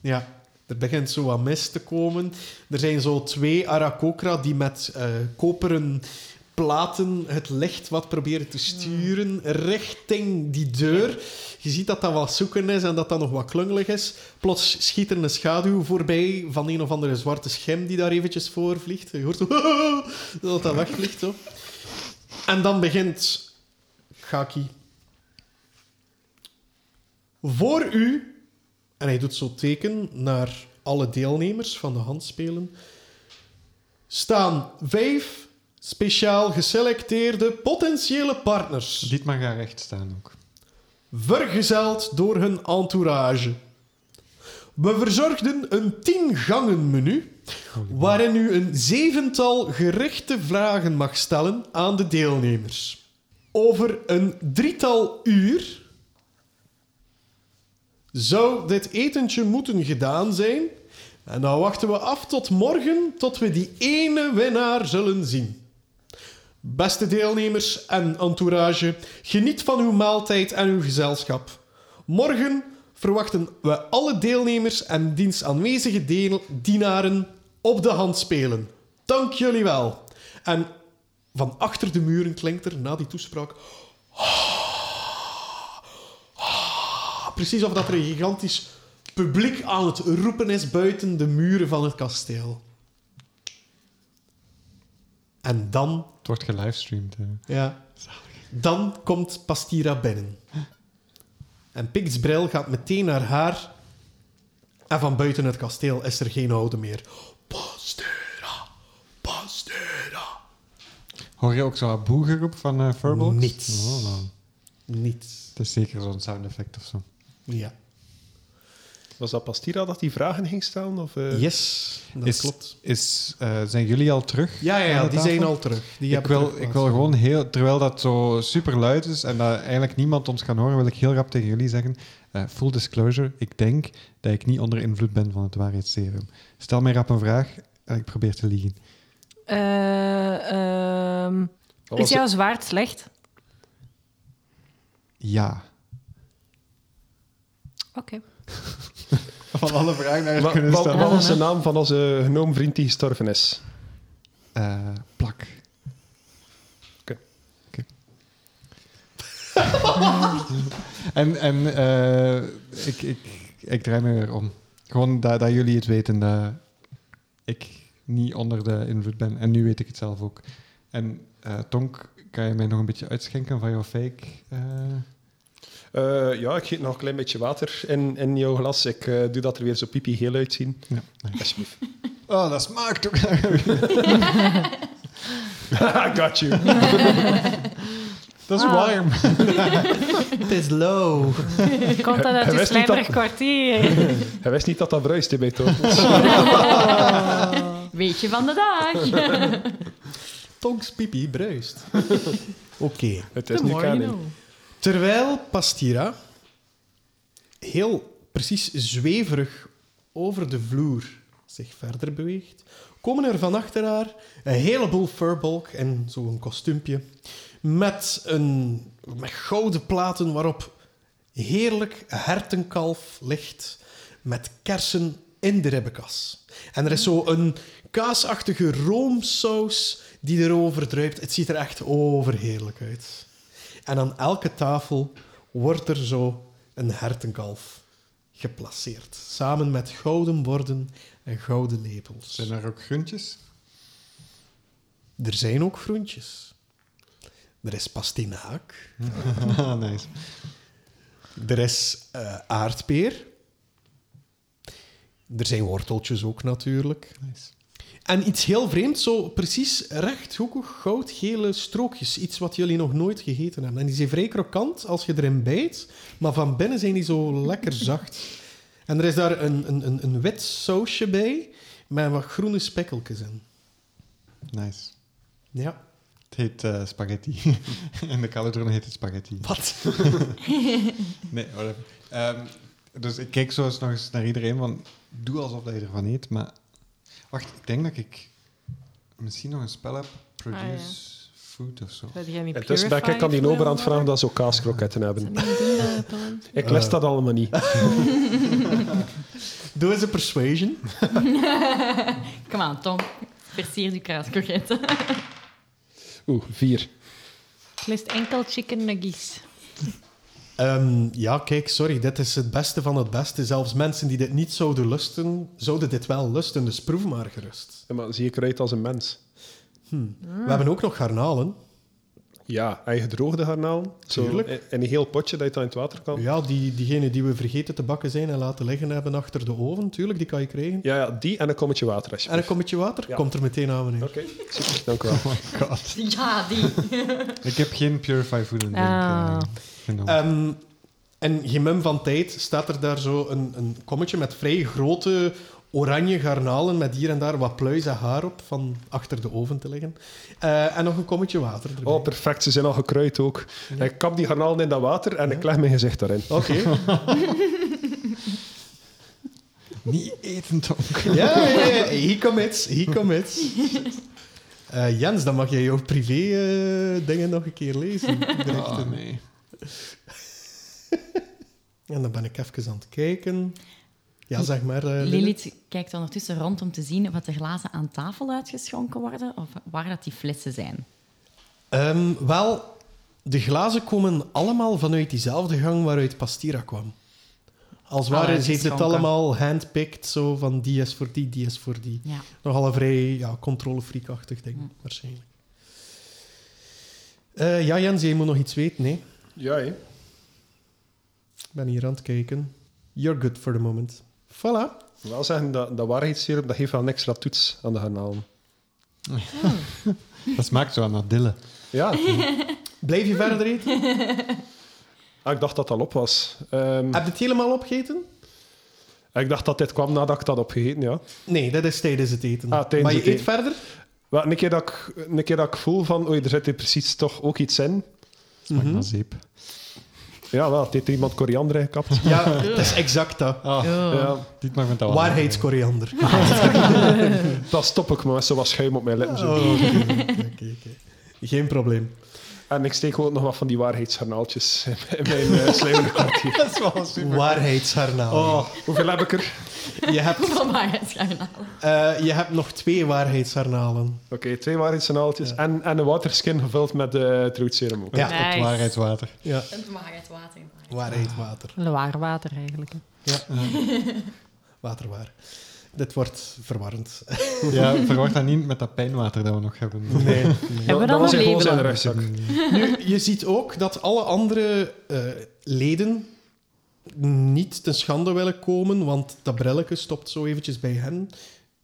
Ja, er begint zo wat mist te komen. Er zijn zo twee Arakokra die met eh, koperen platen het licht wat proberen te sturen richting die deur. Je ziet dat dat wat zoeken is en dat dat nog wat klungelig is. Plots schiet er een schaduw voorbij van een of andere zwarte schim die daar eventjes voor vliegt. Je hoort zo <laughs> dat dat wegvliegt. Zo. En dan begint Kaki. Voor u en hij doet zo teken naar alle deelnemers van de handspelen. Staan vijf speciaal geselecteerde potentiële partners.
Dietmar gaat recht staan ook.
Vergezeld door hun entourage. We verzorgden een tien gangen menu waarin u een zevental gerichte vragen mag stellen aan de deelnemers. Over een drietal uur zou dit etentje moeten gedaan zijn. En dan wachten we af tot morgen tot we die ene winnaar zullen zien. Beste deelnemers en entourage, geniet van uw maaltijd en uw gezelschap. Morgen verwachten we alle deelnemers en diens aanwezige deel- dienaren op de hand spelen. Dank jullie wel. En van achter de muren klinkt er na die toespraak. "Ah, Precies of dat er een gigantisch publiek aan het roepen is buiten de muren van het kasteel. En dan
Het wordt gelivestreamd. hè.
ja. Dan komt Pastira binnen. En Pix Bril gaat meteen naar haar. En van buiten het kasteel is er geen houden meer. Pastira, Pastira.
Hoor je ook zo'n boegeroep van eh Firbolgs?
Niets.
Oh, nou.
Niets.
Het is zeker zo'n sound effect of zo.
Ja.
Was dat Pastira dat die vragen ging stellen? Of, eh?
Yes, dat
is-
klopt.
Is, eh, zijn jullie al terug?
Ja, ja,
aan
ja
de
die
tafel?
zijn al terug. Die
ik
hebben
wil, ik
teruggeplaatst.
wil gewoon heel, terwijl dat zo super luid is en dat eigenlijk niemand ons kan horen, wil ik heel rap tegen jullie zeggen: eh, full disclosure, ik denk dat ik niet onder invloed ben van het waarheidsserum. Stel mij rap een vraag en ik probeer te liegen.
Eh, ehm,
Wat
is
was
jouw zwaard slecht?
Ja.
Oké. <laughs>
Van alle vragen naar
de- Wa- wa- Wat was de naam van onze gnoomvriend die gestorven is?
Eh, plak.
Oké.
Oké. <laughs> en en eh, ik, ik, ik draai me weer om. Gewoon dat, dat jullie het weten dat ik niet onder de invloed ben. En nu weet ik het zelf ook. En eh, Tonk, kan je mij nog een beetje uitschenken van jouw fake? eh,
Eh, ja, ik geef nog een klein beetje water in, in jouw glas. Ik eh, doe dat er weer zo pipi heel uitzien.
Ja.
<laughs> Alsjeblieft.
Oh, dat smaakt ook.
Haha, Got you.
<laughs> dat is
Ah.
warm.
Het is low.
Komt dat uit
Hij
je
wist niet dat-
slijmerig
<laughs>
kwartier?
Hij wist niet dat dat bruist hè, bij Thomas.
Weet je van de dag.
Tonks pipi
<laughs>
bruist. Oké.
Het
The
is Dus nu
more you
canon.
know.
Terwijl Pastira heel precies zweverig over de vloer zich verder beweegt, komen er van achter haar een heleboel furbolk en zo'n kostuumpje met, een, met gouden platen waarop heerlijk hertenkalf ligt met kersen in de ribbekas. En er is zo'n kaasachtige roomsaus die erover druipt. Het ziet er echt overheerlijk uit. En aan elke tafel wordt er zo een hertenkalf geplaceerd. Samen met gouden borden en gouden lepels.
Zijn er ook groentjes?
Er zijn ook groentjes. Er is pastinaak.
nice.
Er is eh, aardpeer. Er zijn worteltjes ook natuurlijk.
nice.
En iets heel vreemds, zo precies rechthoekig goudgele strookjes. Iets wat jullie nog nooit gegeten hebben. En die zijn vrij krokant als je erin bijt, maar van binnen zijn die zo lekker zacht. En er is daar een, een, een, een wit sausje bij met wat groene spekkeltjes in.
Nice.
Ja.
Het heet eh, spaghetti. <laughs> In de Caledron heet het spaghetti.
Wat?
<laughs> Nee, whatever. Ehm, dus ik kijk zo eens nog eens naar iedereen van... Doe alsof dat je ervan eet, maar... Wacht, ik denk dat ik misschien nog een spel heb. Produce food of zo.
Heb jij niet
Intussen ben ik aan die Oberhand vragen dat ze ook kaaskroketten hebben.
Eh.
Ik les dat allemaal niet.
Doe eens een persuasion.
Kom aan, Tom. Versier die kaaskroketten.
Oeh, vier.
Ik lust enkel chicken nuggies.
Ehm, ja, kijk, sorry, dit is het beste van het beste. Zelfs mensen die dit niet zouden lusten, zouden dit wel lusten. Dus proef maar gerust.
Ja, maar zie ik eruit als een mens?
We hebben ook nog garnalen.
Ja, en gedroogde garnalen. Zo
Tuurlijk.
in in een heel potje dat je dan in het water kan.
Ja, die, diegene die we vergeten te bakken zijn en laten liggen hebben achter de oven, tuurlijk, die kan je krijgen.
Ja, ja, die en een kommetje water
En een
alsjeblieft.
kommetje water
Ja.
komt er meteen aan, meneer.
Oké, super, dank u wel.
Oh my god.
<laughs> Ja, die.
Ik heb geen Purify Food and Drink eh,
Ah.
genomen.
Ehm, en gemem van tijd staat er daar zo een, een kommetje met vrij grote oranje garnalen met hier en daar wat pluis en haar op van achter de oven te liggen. Eh, en nog een kommetje water erbij.
Oh, perfect. Ze zijn al gekruid ook. Ik kap die garnalen in dat water en ik leg mijn gezicht daarin.
Oké.
Niet eten, Tom. <laughs>
Ja, ja, ja. He commits. He commits. Eh, Jens, dan mag jij jouw privé eh, dingen nog een keer lezen.
Oh,
berichten.
nee.
En dan ben ik even aan het kijken. Ja, zeg maar. eh, Lilith.
Lilith kijkt ondertussen rond om te zien wat de glazen aan tafel uitgeschonken worden of waar dat die flessen zijn.
Ehm, wel, de glazen komen allemaal vanuit diezelfde gang waaruit Pastira kwam. Als het ware
Allemaal
ze heeft het
geschonken.
allemaal handpicked, zo van die is voor die, die is voor die.
<laughs> Ja.
Nogal een vrij ja, controlefreakachtig ding, waarschijnlijk. Eh, ja, Jens, jij moet nog iets weten, hè?
Ja, hè?
Ik ben hier aan het kijken. You're good for the moment. Voilà.
Wel zeggen, dat, dat waarheidsserum dat geeft wel een extra toets aan de garnalen.
Dat smaakt zo aan nadillen.
Ja,
Blijf je verder eten?
ah, ik dacht dat dat al op was. Ehm, ah,
Heb je het helemaal opgegeten?
ik dacht dat dit kwam nadat ik dat had opgegeten, ja.
Nee, dat is tijdens het eten.
Ah, tijdens
maar je
het
eet
eten.
verder?
Wel, een keer dat ik, een keer dat ik voel van, oei, er zit hier precies toch ook iets in.
Smaakt naar zeep.
Ja, wel, het heeft er iemand koriander ingekapt.
Ja, dat is exact dat.
Ah,
Ja,
dit mag met dat wel.
Waarheidskoriander.
dat stop ik me met zo wat schuim op mijn lippen. Zo.
Oh, oké, oké, oké. Geen probleem. <laughs>
En ik steek ook nog wat van die waarheidsgarnaaltjes in mijn- in mijn eh, slijmerige kwartier.
Dat is wel super.
Waarheidsharnaal.
Oh, hoeveel heb ik er?
Je, hebt,
Van waarheidsgarnalen.
eh, je hebt nog twee waarheidsharnalen.
Oké, twee waarheidsgarnaaltjes en, en een waterskin gevuld met eh troutserum ook.
Ja,
Het waarheidswater.
ja.
Het waarheidswater.
waarheid water.
Een waar water eigenlijk. hè.
Waterwaar. Dit wordt verwarrend.
Ja, verwacht dat niet met dat pijnwater dat we nog hebben.
Nee. <laughs>
Dat-
we
dat
dan
was
een
hij gewoon
leven
zijn
lang?
rugzak.
Nu, je ziet ook dat alle andere eh, leden niet ten schande willen komen, want dat brelletje stopt zo eventjes bij hen,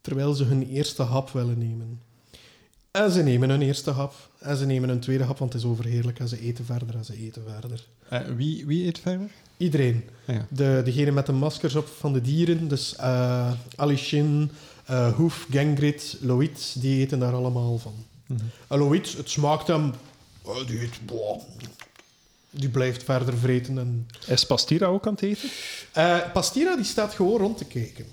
terwijl ze hun eerste hap willen nemen. En ze nemen hun eerste hap, en ze nemen hun tweede hap, want het is overheerlijk, en ze eten verder, en ze eten verder.
Eh, wie, wie eet verder?
Iedereen.
Ah, ja.
De, degene met de maskers op van de dieren, dus eh Alishin, eh, Hoef, Gengrit, Loït, die eten daar allemaal van.
Mhm.
En Loït, het smaakt hem... eh, die eet... boah. Die blijft verder vreten. En,
Is Pastira ook aan het eten?
Eh, Pastira die staat gewoon rond te kijken.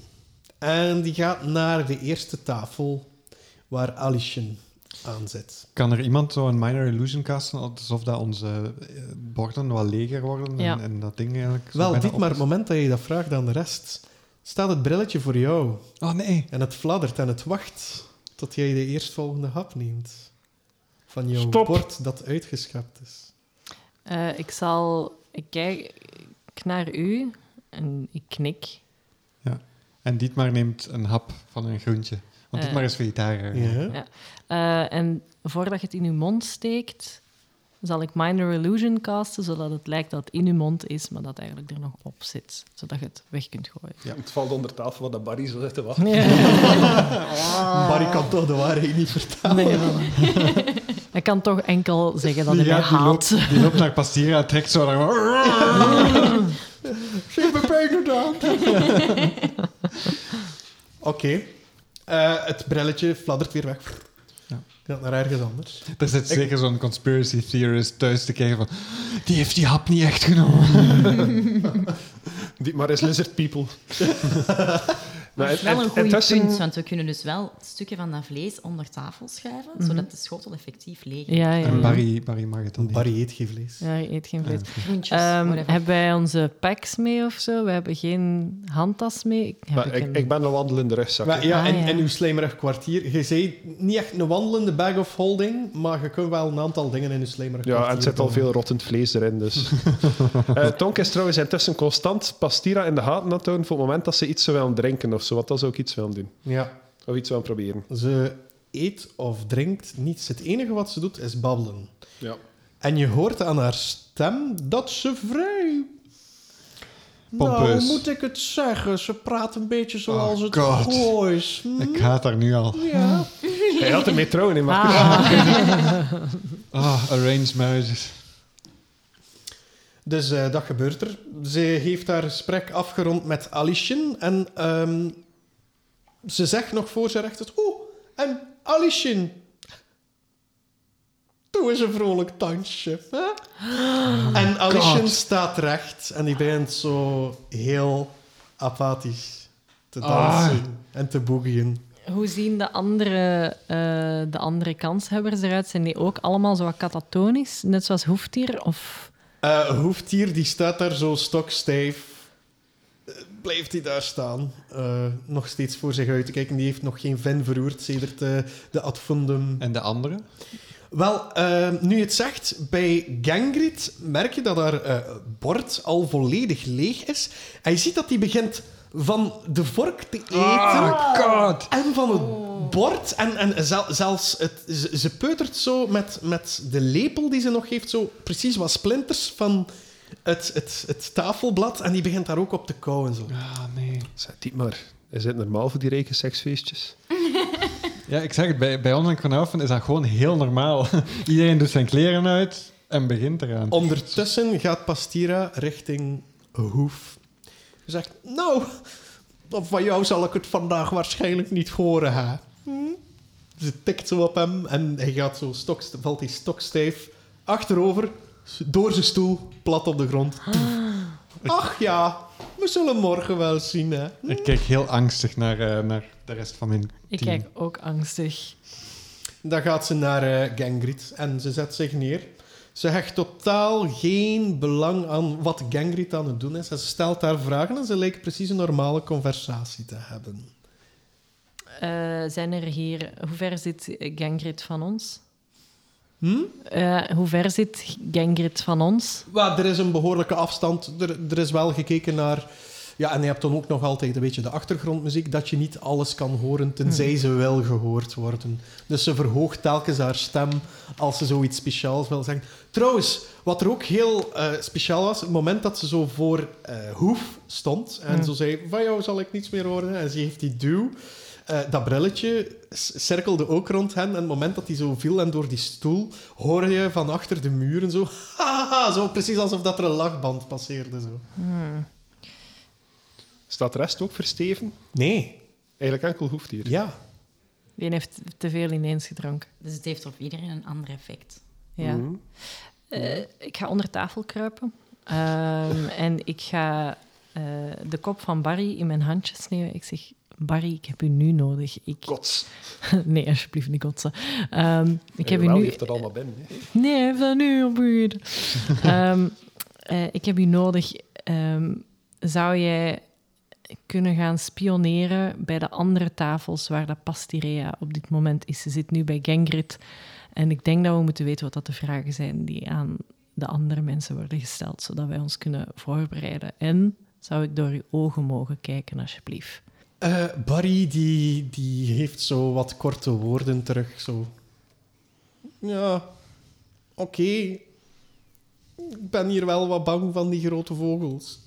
En die gaat naar de eerste tafel waar Alishin aan zit.
Kan er iemand zo een minor illusion casten, alsof dat onze eh, borden wat leger worden en-
Ja.
en, dat ding eigenlijk zo
Wel,
bijna
dit
op
maar
is?
het moment dat je dat vraagt aan de rest, staat het brilletje voor jou.
Oh nee.
En het fladdert en het wacht tot jij de eerstvolgende hap neemt. Van jouw
Stop.
bord dat uitgeschrapt is.
Eh, ik zal... Ik kijk ik naar u en ik knik.
En Dietmar neemt een hap van een groentje. Want
Eh.
Dietmar is vegetariër.
Ja.
Eh, en voordat je het in uw mond steekt, zal ik Minor Illusion casten, zodat het lijkt dat het in uw mond is, maar dat eigenlijk er nog op zit. Zodat je het weg kunt gooien.
Het valt onder tafel wat dat Barry zo zit te wachten.
Maar ik kan toch de waarheid niet vertellen.
Nee, Ik kan toch enkel zeggen dat hij
Ja,
mij
die
haat.
loopt, die loopt naar Pastira, trekt zo naar...
<laughs>
Ze heeft me pijn gedaan. <laughs> Oké. Eh, het brelletje fladdert weer weg.
Ja.
Gaat naar ergens anders.
Er zit zeker zo'n conspiracy theorist thuis te kijken van... Die heeft die hap niet echt genomen.
Die, maar is lizard people.
Maar
Maar
het is
en-
wel
en-
een goed
intussen-
punt, want we kunnen dus wel stukken van dat vlees onder tafel schuiven, zodat de schotel effectief leeg is.
Ja, ja.
En Barry, Barry mag het dan niet.
Barry eet geen vlees.
Ja, je eet geen vlees.
Groentjes,
Ehm,
whatever.
hebben wij onze packs mee of zo? We hebben geen handtas mee. Ik, heb
Maar
ik een-
ik, ik ben een wandelende rugzak.
Maar ja,
Ah,
en,
ja.
en uw slijmerig kwartier. Je zei niet echt een wandelende bag of holding, maar je kunt wel een aantal dingen in uw slijmerig
Ja,
kwartier
en het zit al
doen.
veel rottend vlees erin, dus... Eh, Tonk is trouwens intussen constant Pastira in de gaten aan het houden voor het moment dat ze iets zou willen drinken of zo, want dat zou ik iets willen doen.
Ja.
Of iets willen proberen.
Ze eet of drinkt niets. Het enige wat ze doet is babbelen.
Ja.
En je hoort aan haar stem dat ze vrij. Nou,
Pompeus.
hoe moet ik het zeggen? Ze praat een beetje zoals
Oh,
het
God.
gooi is. Hm?
Ik haat haar nu al.
Ja.
Hij had ermee trouwen in, maar...
Ah, arranged marriages.
Dus eh, dat gebeurt er. Ze heeft haar gesprek afgerond met Alishin. En ehm, ze zegt nog voor ze recht het... Oeh, en Alishin... Doe eens een vrolijk dansje. Hè? en Alishin
Oh God.
staat recht. En die begint zo heel apathisch te
Ah.
dansen en te boogieën.
Hoe zien de andere, eh, de andere kanshebbers eruit? Zijn die ook allemaal zo wat catatonisch? Net zoals Hoeftier? Of...
Eh hoeftier, die staat daar zo stokstijf. Eh, Blijft hij daar staan, eh, nog steeds voor zich uit te kijken. Die heeft nog geen ven verroerd sedert eh, de advondum.
En de andere?
Wel, eh, nu je het zegt, bij Gangrid merk je dat haar eh, bord al volledig leeg is. En je ziet dat hij begint van de vork te eten.
God.
En van het bord. En, en zel- zelfs, het, ze, ze peutert zo met, met de lepel die ze nog heeft, zo precies wat splinters van het, het, het tafelblad. En die begint daar ook op te kauwen. Zo.
Ah, nee.
Zeg, diep maar, is dit normaal voor die rijke seksfeestjes?
Ja, ik zeg het, bij, bij ons in Kronhoven is dat gewoon heel normaal. <laughs> Iedereen doet zijn kleren uit en begint eraan.
Ondertussen gaat Pastira richting Hoef. Ze zegt, nou, van jou zal ik het vandaag waarschijnlijk niet horen, hè. Hm? Ze tikt zo op hem en hij gaat zo stok, valt hij stokstijf achterover, door zijn stoel, plat op de grond. Ach ja, we zullen morgen wel zien, hè.
Ik kijk heel angstig naar, eh, naar de rest van mijn team.
Ik kijk ook angstig.
Dan gaat ze naar eh, Gangrid en ze zet zich neer. Ze hecht totaal geen belang aan wat Gangrid aan het doen is. En ze stelt haar vragen en ze lijkt precies een normale conversatie te hebben.
Eh, zijn er hier... Hoe ver zit Gangrid van ons?
Hm?
Eh, hoe ver zit Gangrid van ons?
Maar er is een behoorlijke afstand. Er, er is wel gekeken naar Ja, en je hebt dan ook nog altijd een beetje de achtergrondmuziek, dat je niet alles kan horen, tenzij ze wel gehoord worden. Dus ze verhoogt telkens haar stem als ze zoiets speciaals wil zeggen. Trouwens, wat er ook heel eh, speciaal was, het moment dat ze zo voor eh, Hoef stond en
Ja.
zo zei, van jou zal ik niets meer horen, en ze heeft die duw, eh, dat brilletje s- cirkelde ook rond hen. En het moment dat die zo viel en door die stoel, hoor je van achter de muren zo... <laughs> Haha, zo precies alsof dat er een lachband passeerde. Zo.
Staat de rest ook versteven?
Nee.
Eigenlijk enkel hoefdier.
Ja.
Die heeft te veel ineens gedronken.
Dus het heeft op iedereen een ander effect.
Ja.
Mhm.
Eh, ik ga onder tafel kruipen. Ehm, <laughs> en ik ga eh, de kop van Barry in mijn handjes nemen. Ik zeg, Barry, ik heb u nu nodig. Ik...
Kots.
<laughs> nee, alsjeblieft niet kotsen. Ehm, ik heb u
Jawel,
nu...
je heeft dat allemaal binnen. hè.
Nee, hij heeft dat nu op u. Ehm, eh, ik heb u nodig. Ehm, zou jij kunnen gaan spioneren bij de andere tafels waar dat Pastirea op dit moment is? Ze zit nu bij Gengrid. En ik denk dat we moeten weten wat dat de vragen zijn die aan de andere mensen worden gesteld, zodat wij ons kunnen voorbereiden. En zou ik door uw ogen mogen kijken, alsjeblieft?
Eh, Barry die, die heeft zo wat korte woorden terug. Zo. Ja, oké. Ik ben hier wel wat bang van die grote vogels.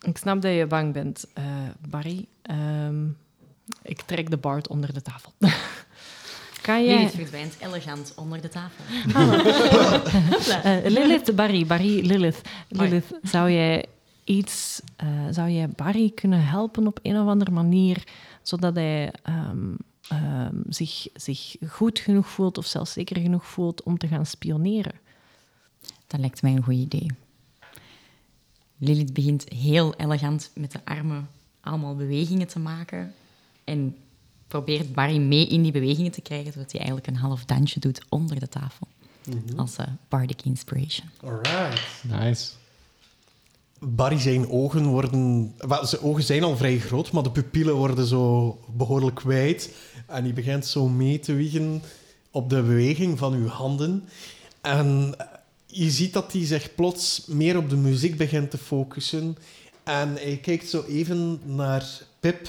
Ik snap dat je bang bent, eh, Barry. Ehm, ik trek de baard onder de tafel. <laughs> kan
Nu
jij...
het verdwijnt elegant onder de tafel.
Eh, <laughs> Lilith, Barry, Barry, Lilith. Lilith, zou jij iets... eh, zou jij Barry kunnen helpen op een of andere manier, zodat hij ehm, ehm, zich, zich goed genoeg voelt of zelfs zeker genoeg voelt om te gaan spioneren?
Dat lijkt mij een goed idee. Lilith begint heel elegant met de armen allemaal bewegingen te maken. En probeert Barry mee in die bewegingen te krijgen, zodat hij eigenlijk een half dansje doet onder de tafel.
Mhm.
Als eh, Bardic Inspiration.
Alright.
Nice.
Barry zijn ogen worden... Wel, zijn ogen zijn al vrij groot, maar de pupillen worden zo behoorlijk wijd. En die begint zo mee te wiegen op de beweging van uw handen. En je ziet dat hij zich plots meer op de muziek begint te focussen. En hij kijkt zo even naar Pip.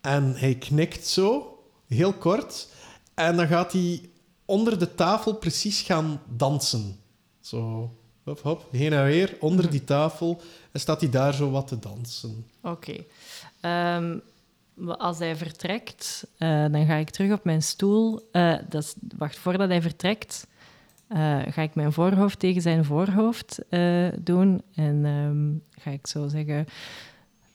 En hij knikt zo, heel kort. En dan gaat hij onder de tafel precies gaan dansen. Zo, hop, hop, heen en weer, onder die tafel. En staat hij daar zo wat te dansen.
Oké. Ehm, wa- als hij vertrekt, eh, dan ga ik terug op mijn stoel. Eh, dat is, wacht, voordat hij vertrekt, eh, ga ik mijn voorhoofd tegen zijn voorhoofd eh, doen. En ehm, ga ik zo zeggen: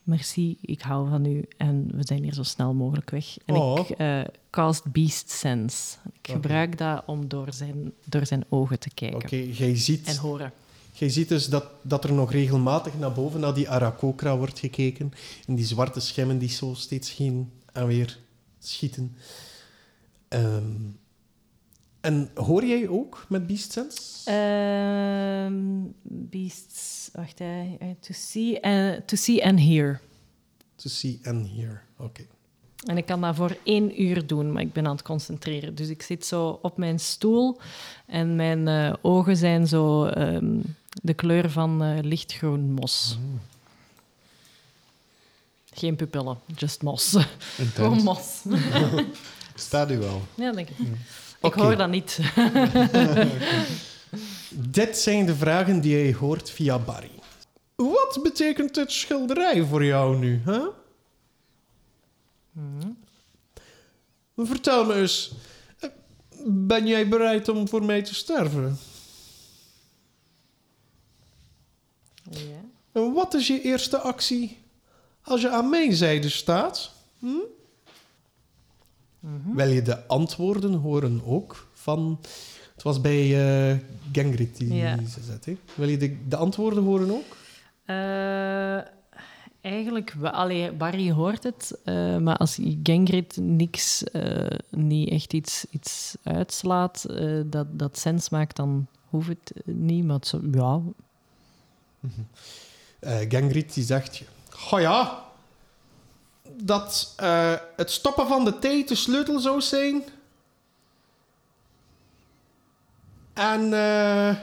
Merci, ik hou van u. En we zijn hier zo snel mogelijk weg. En
Oh.
ik eh, cast Beast Sense. Ik gebruik dat om door zijn, door zijn ogen te kijken
Oké, jij
en
ziet,
horen.
jij ziet dus dat, dat er nog regelmatig naar boven, naar die Arakokra wordt gekeken. En die zwarte schimmen die zo steeds heen en weer schieten. Ehm, en hoor jij ook met Beast Sense?
Eh. Ehm, beasts, wacht, eh, eh, to, see and, to see and hear.
To see and hear. Oké.
En ik kan dat voor één uur doen, maar ik ben aan het concentreren. Dus ik zit zo op mijn stoel en mijn eh, ogen zijn zo ehm, de kleur van eh, lichtgroen mos. Geen pupillen, just mos. <laughs> Oh,
Voor
Intens.
mos.
Staat u wel.
ja, denk ik. Ik
Oké.
hoor dat niet.
Dit zijn de vragen die jij hoort via Barry. Wat betekent dit schilderij voor jou nu, hè? Hmm. Vertel me eens, eh, ben jij bereid om voor mij te sterven?
Ja.
En wat is je eerste actie als je aan mijn zijde staat? Hm? Hmm. Wil je de antwoorden horen ook van... Het was bij eh, Gengrit die
Ja.
ze zat, hè? Wil je de, de antwoorden horen ook?
Eh, eigenlijk, we- allee, Barry hoort het, eh, maar als Gengrid niks, eh, niet echt iets, iets uitslaat eh, dat, dat sens maakt, dan hoeft het eh, niet. Maar het zo- ja,
Eh Gangrit die zegt: Goh ja, dat eh, het stoppen van de tijd de sleutel zou zijn. En eh,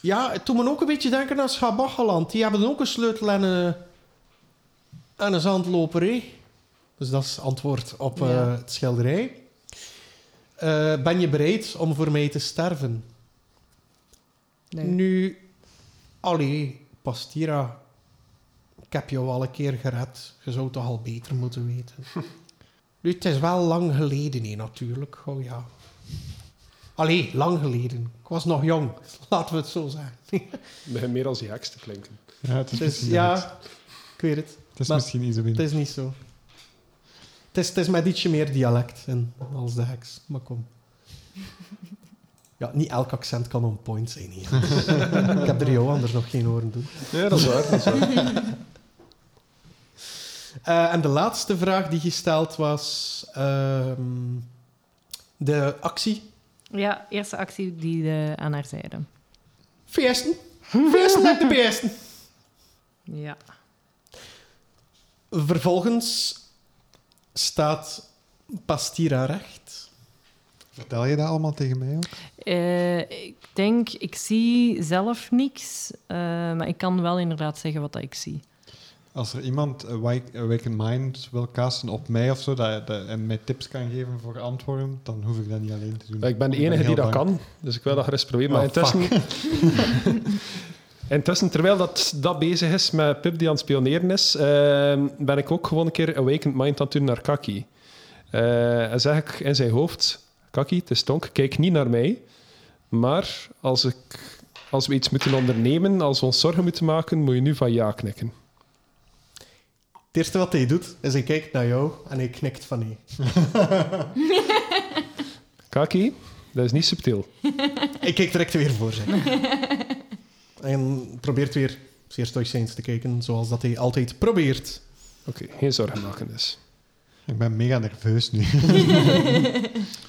Ja, het doet me ook een beetje denken aan Schabacheland. Die hebben ook een sleutel en een, en een zandloper. hè. Dus dat is het antwoord op eh,
Ja.
het schilderij. Eh, ben je bereid om voor mij te sterven?
Nee.
Nu, allee, Pastira, ik heb jou al een keer gered. Je zou toch al beter moeten weten. nu, het is wel lang geleden, hè, natuurlijk. Oh ja. Allee, lang geleden. Ik was nog jong, <laughs> laten we het zo zeggen. <laughs>
Begin meer als jaks te klinken.
<laughs> Ja, het is,
Het is,
misschien, niet.
ja, ik weet het.
Het is
maar-
misschien iets
Het
minder.
is niet zo. Het is, het is met ietsje meer dialect in als de heks. Maar kom. Ja, niet elk accent kan on point zijn hier. ik heb er jou anders nog geen horen doen.
Ja, dat is waar. Dat is waar.
Eh, en de laatste vraag die gesteld was... ehm, de actie.
Ja, eerste actie die eh, aan haar zijde.
Feesten. Feesten met de beesten.
Ja.
Vervolgens staat Pastira recht.
Vertel je dat allemaal tegen mij ook?
Eh, ik denk, ik zie zelf niks, eh, maar ik kan wel inderdaad zeggen wat dat ik zie.
Als er iemand eh, Wake- eh, Awaken Mind wil casten op mij of zo dat, dat- en mij tips kan geven voor antwoorden, dan hoef ik dat niet alleen te doen.
Ik ben de enige die
heel
dat
bang.
kan, dus ik wil dat gerust proberen. Maar
Oh,
intussen, <laughs> intussen terwijl dat, dat bezig is met Pip die aan het spioneren is, ehm, ben ik ook gewoon een keer Awakened Mind aan het doen naar Kaki. Eh, en zeg ik in zijn hoofd, Kaki, het is tonk, kijk niet naar mij. Maar als, ik, als we iets moeten ondernemen, als we ons zorgen moeten maken, moet je nu van ja knikken.
Het eerste wat hij doet, is hij kijkt naar jou en hij knikt van nee.
Kaki, dat is niet subtiel.
Ik kijk direct weer voor
<laughs>
zich. en probeert weer zeer stoïcijns te kijken, zoals dat hij altijd probeert.
Oké, geen zorgen maken dus.
Ik ben mega nerveus nu. <laughs>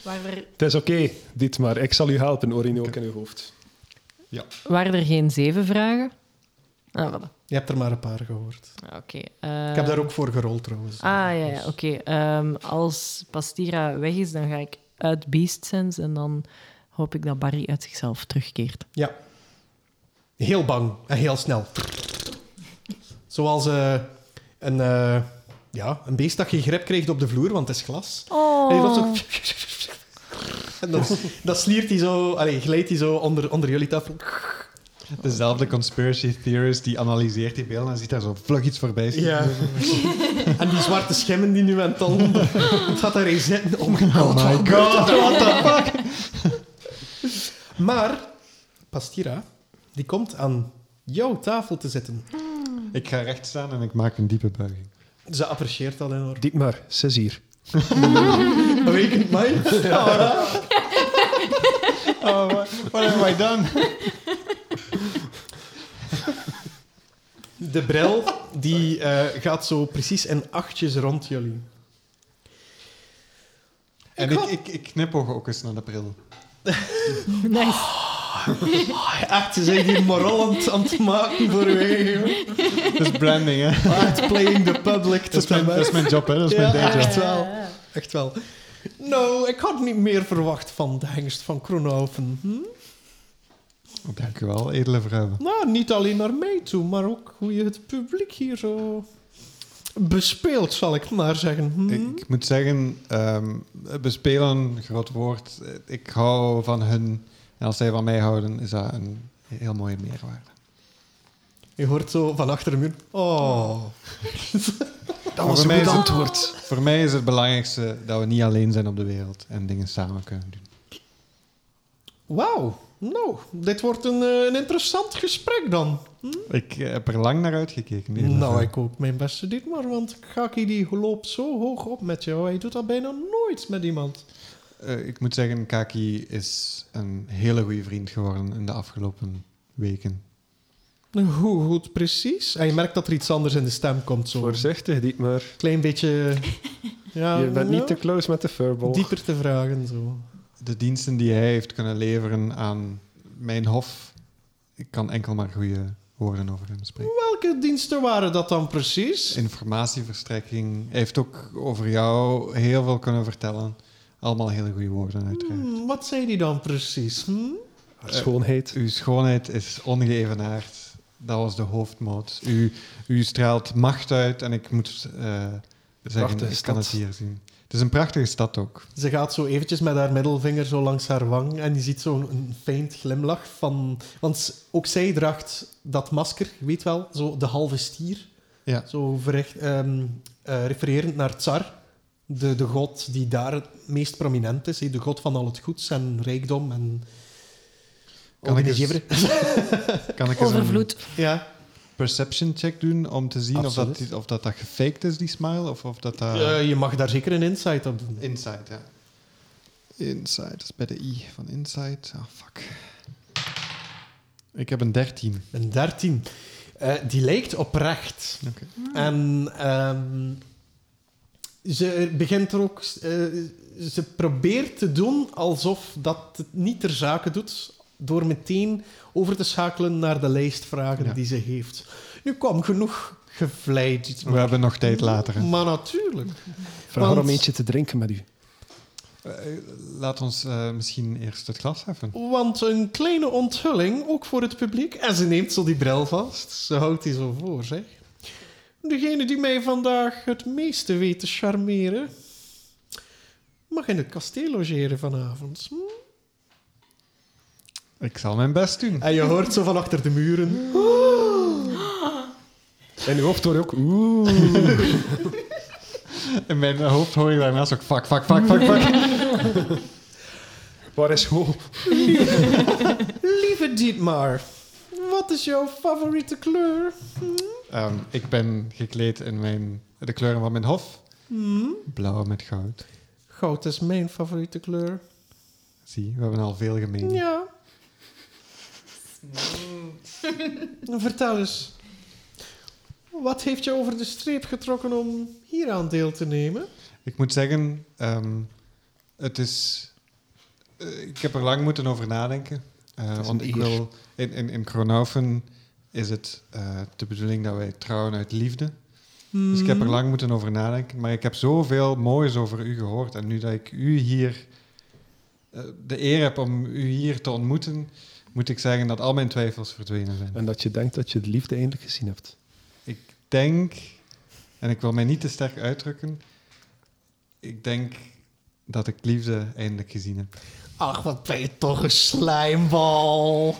Waren
Het is oké, dit maar. Ik zal u helpen, Orinook in uw hoofd.
Waren er geen zeven vragen? Ah, voilà.
Je hebt er maar een paar gehoord.
Ah, Oké. eh,
Ik heb daar ook voor gerold trouwens.
Ah, ja, ja
Dus-
oké. Ehm, als Pastira weg is, dan ga ik uit Beast Sense en dan hoop ik dat Barry uit zichzelf terugkeert.
Ja. Heel bang en heel snel. Zoals eh, een, eh, ja, een beest dat geen grip krijgt op de vloer, want het is glas.
Oh,
En
Oh.
die wordt zo... En dan, dan sliert hij zo, allee, glijdt hij zo onder, onder jullie tafel.
Dezelfde conspiracy theorist die analyseert die beelden en ziet daar zo vlug iets voorbij. schieten.
Ja. en die zwarte schimmen die nu aan het onder... Het gaat daar eens zitten. Oh my god,
Oh my
wat
god,
what the fuck? maar Pastira, die komt aan jouw tafel te zitten.
Ik ga recht staan en ik maak een diepe buiging.
Ze apprecieert dat enorm.
Dit maar, ze is hier.
Awakened Mind? Ja.
Oh, what have I done?
De bril die eh, gaat zo precies in achtjes rond jullie.
En ik, ik, ik knipoog ook eens naar de bril.
Nice.
Ah, Echt, ze zijn hier moral aan het- aan het maken voor u eigen, hoor.
Dat is branding, hè?
Echt playing the public
Dat
te
is mijn, dat is mijn job, hè? Dat is mijn
Ja,
dayjob.
echt wel. Echt wel. Nou, ik had niet meer verwacht van de hengst van Kronhoven. Hm?
Oh, Dank u wel, edele vrouwen.
Nou, niet alleen naar mij toe, maar ook hoe je het publiek hier zo bespeelt, zal ik maar zeggen. Hm?
Ik, ik moet zeggen, ehm, bespelen, groot woord. Ik hou van hun. En als zij van mij houden, is dat een heel mooie meerwaarde.
Je hoort zo van achter de muur. Oh.
Maar voor, mij is het, voor mij is het belangrijkste dat we niet alleen zijn op de wereld en dingen samen kunnen doen.
Wauw, nou, dit wordt een, eh, een interessant gesprek dan.
Ik eh, heb er lang naar uitgekeken. edele
nou,
vrouwen.
ik ook mijn beste dit maar, want Kaki die loopt zo hoog op met jou. Hij doet dat bijna nooit met iemand.
Eh, ik moet zeggen, Kaki is een hele goede vriend geworden in de afgelopen weken.
Hoe goed, precies. En je merkt dat er iets anders in de stem komt. Zo. Een
Voorzichtig, dit maar.
klein
<laughs>
beetje... Ja,
Je bent
ja,
niet te close met de furball.
Dieper te vragen, zo.
De diensten die hij heeft kunnen leveren aan mijn hof, ik kan enkel maar goede woorden over hem spreken.
Welke diensten waren dat dan precies?
informatieverstrekking. Hij heeft ook over jou heel
Hmm.
veel kunnen vertellen. Allemaal hele goede woorden, uiteraard.
Hmm, wat zei die dan precies? Hm?
Haar schoonheid.
Uw schoonheid is ongeëvenaard. Dat was de hoofdmoot. U, u straalt macht uit en ik moet eh zeggen,
prachtige
ik kan het
stad.
hier zien. Het is een prachtige stad ook.
Ze gaat zo eventjes met haar middelvinger zo langs haar wang en je ziet zo'n een fijn glimlach van... Want ook zij draagt dat masker, je weet wel, zo de halve stier.
Ja.
Zo verricht, ehm, eh, refererend naar Tsar, de, de god die daar het meest prominent is. hè, De god van al het goeds en rijkdom en...
Kan ik
Organiseren.
<laughs> Kan ik eens een
Overvloed.
Ja.
perception check doen om te zien of dat,
Absoluut.
die- of dat dat gefaked is, die smile, of, of dat dat...
Eh, je mag daar zeker een insight op doen.
Inside, ja. Inside, dat is bij de I van inside. Ah, fuck. Ik heb een 13.
Een 13. Eh, die lijkt oprecht.
Oké.
En ehm, ze begint er ook. eh, ze probeert te doen alsof dat het niet ter zake doet. Door meteen over te schakelen naar de lijstvragen
Ja.
die ze heeft. Nu kwam genoeg gevleid.
We hebben nog tijd later. hè.
Maar natuurlijk.
Vraag haar
want-
om eentje te drinken met u.
Eh, laat ons eh, misschien eerst het glas heffen.
Want een kleine onthulling, ook voor het publiek. En ze neemt zo die bril vast. Ze houdt die zo voor, zeg. Degene die mij vandaag het meeste weet te charmeren... mag in het kasteel logeren vanavond. Hm?
Ik zal mijn best <laughs> doen.
En je hoort zo van achter de muren.
En uw hoofd hoor je ook. Oeh.
In mijn hoofd hoor je daarnaast ook fuck, fuck, fuck, fuck, <laughs> fuck.
Waar is Ho?
Lieve Dietmar, wat is jouw favoriete kleur?
Ehm, ik ben gekleed in mijn, de kleuren van mijn hof. Hmm. Blauw met goud.
Goud is mijn favoriete kleur.
Zie, we hebben al veel gemeen.
Ja. <laughs> Nou, Vertel eens. Wat heeft je over de streep getrokken om hier aan deel te nemen?
Ik moet zeggen, ehm, het is. eh, ik heb er lang moeten over nadenken. Eh,
is
want
een
ik
eer.
wil. In, in, in Kronaufen is het eh, de bedoeling dat wij trouwen uit liefde. Dus ik heb er lang moeten over nadenken. Maar ik heb zoveel moois over u gehoord. En nu dat ik u hier. eh, de eer heb om u hier te ontmoeten. moet ik zeggen dat al mijn twijfels verdwenen zijn.
En dat je denkt dat je de liefde eindelijk gezien hebt.
Ik denk, en ik wil mij niet te sterk uitdrukken, ik denk dat ik liefde eindelijk gezien heb.
Ach, wat ben je toch een slijmbal.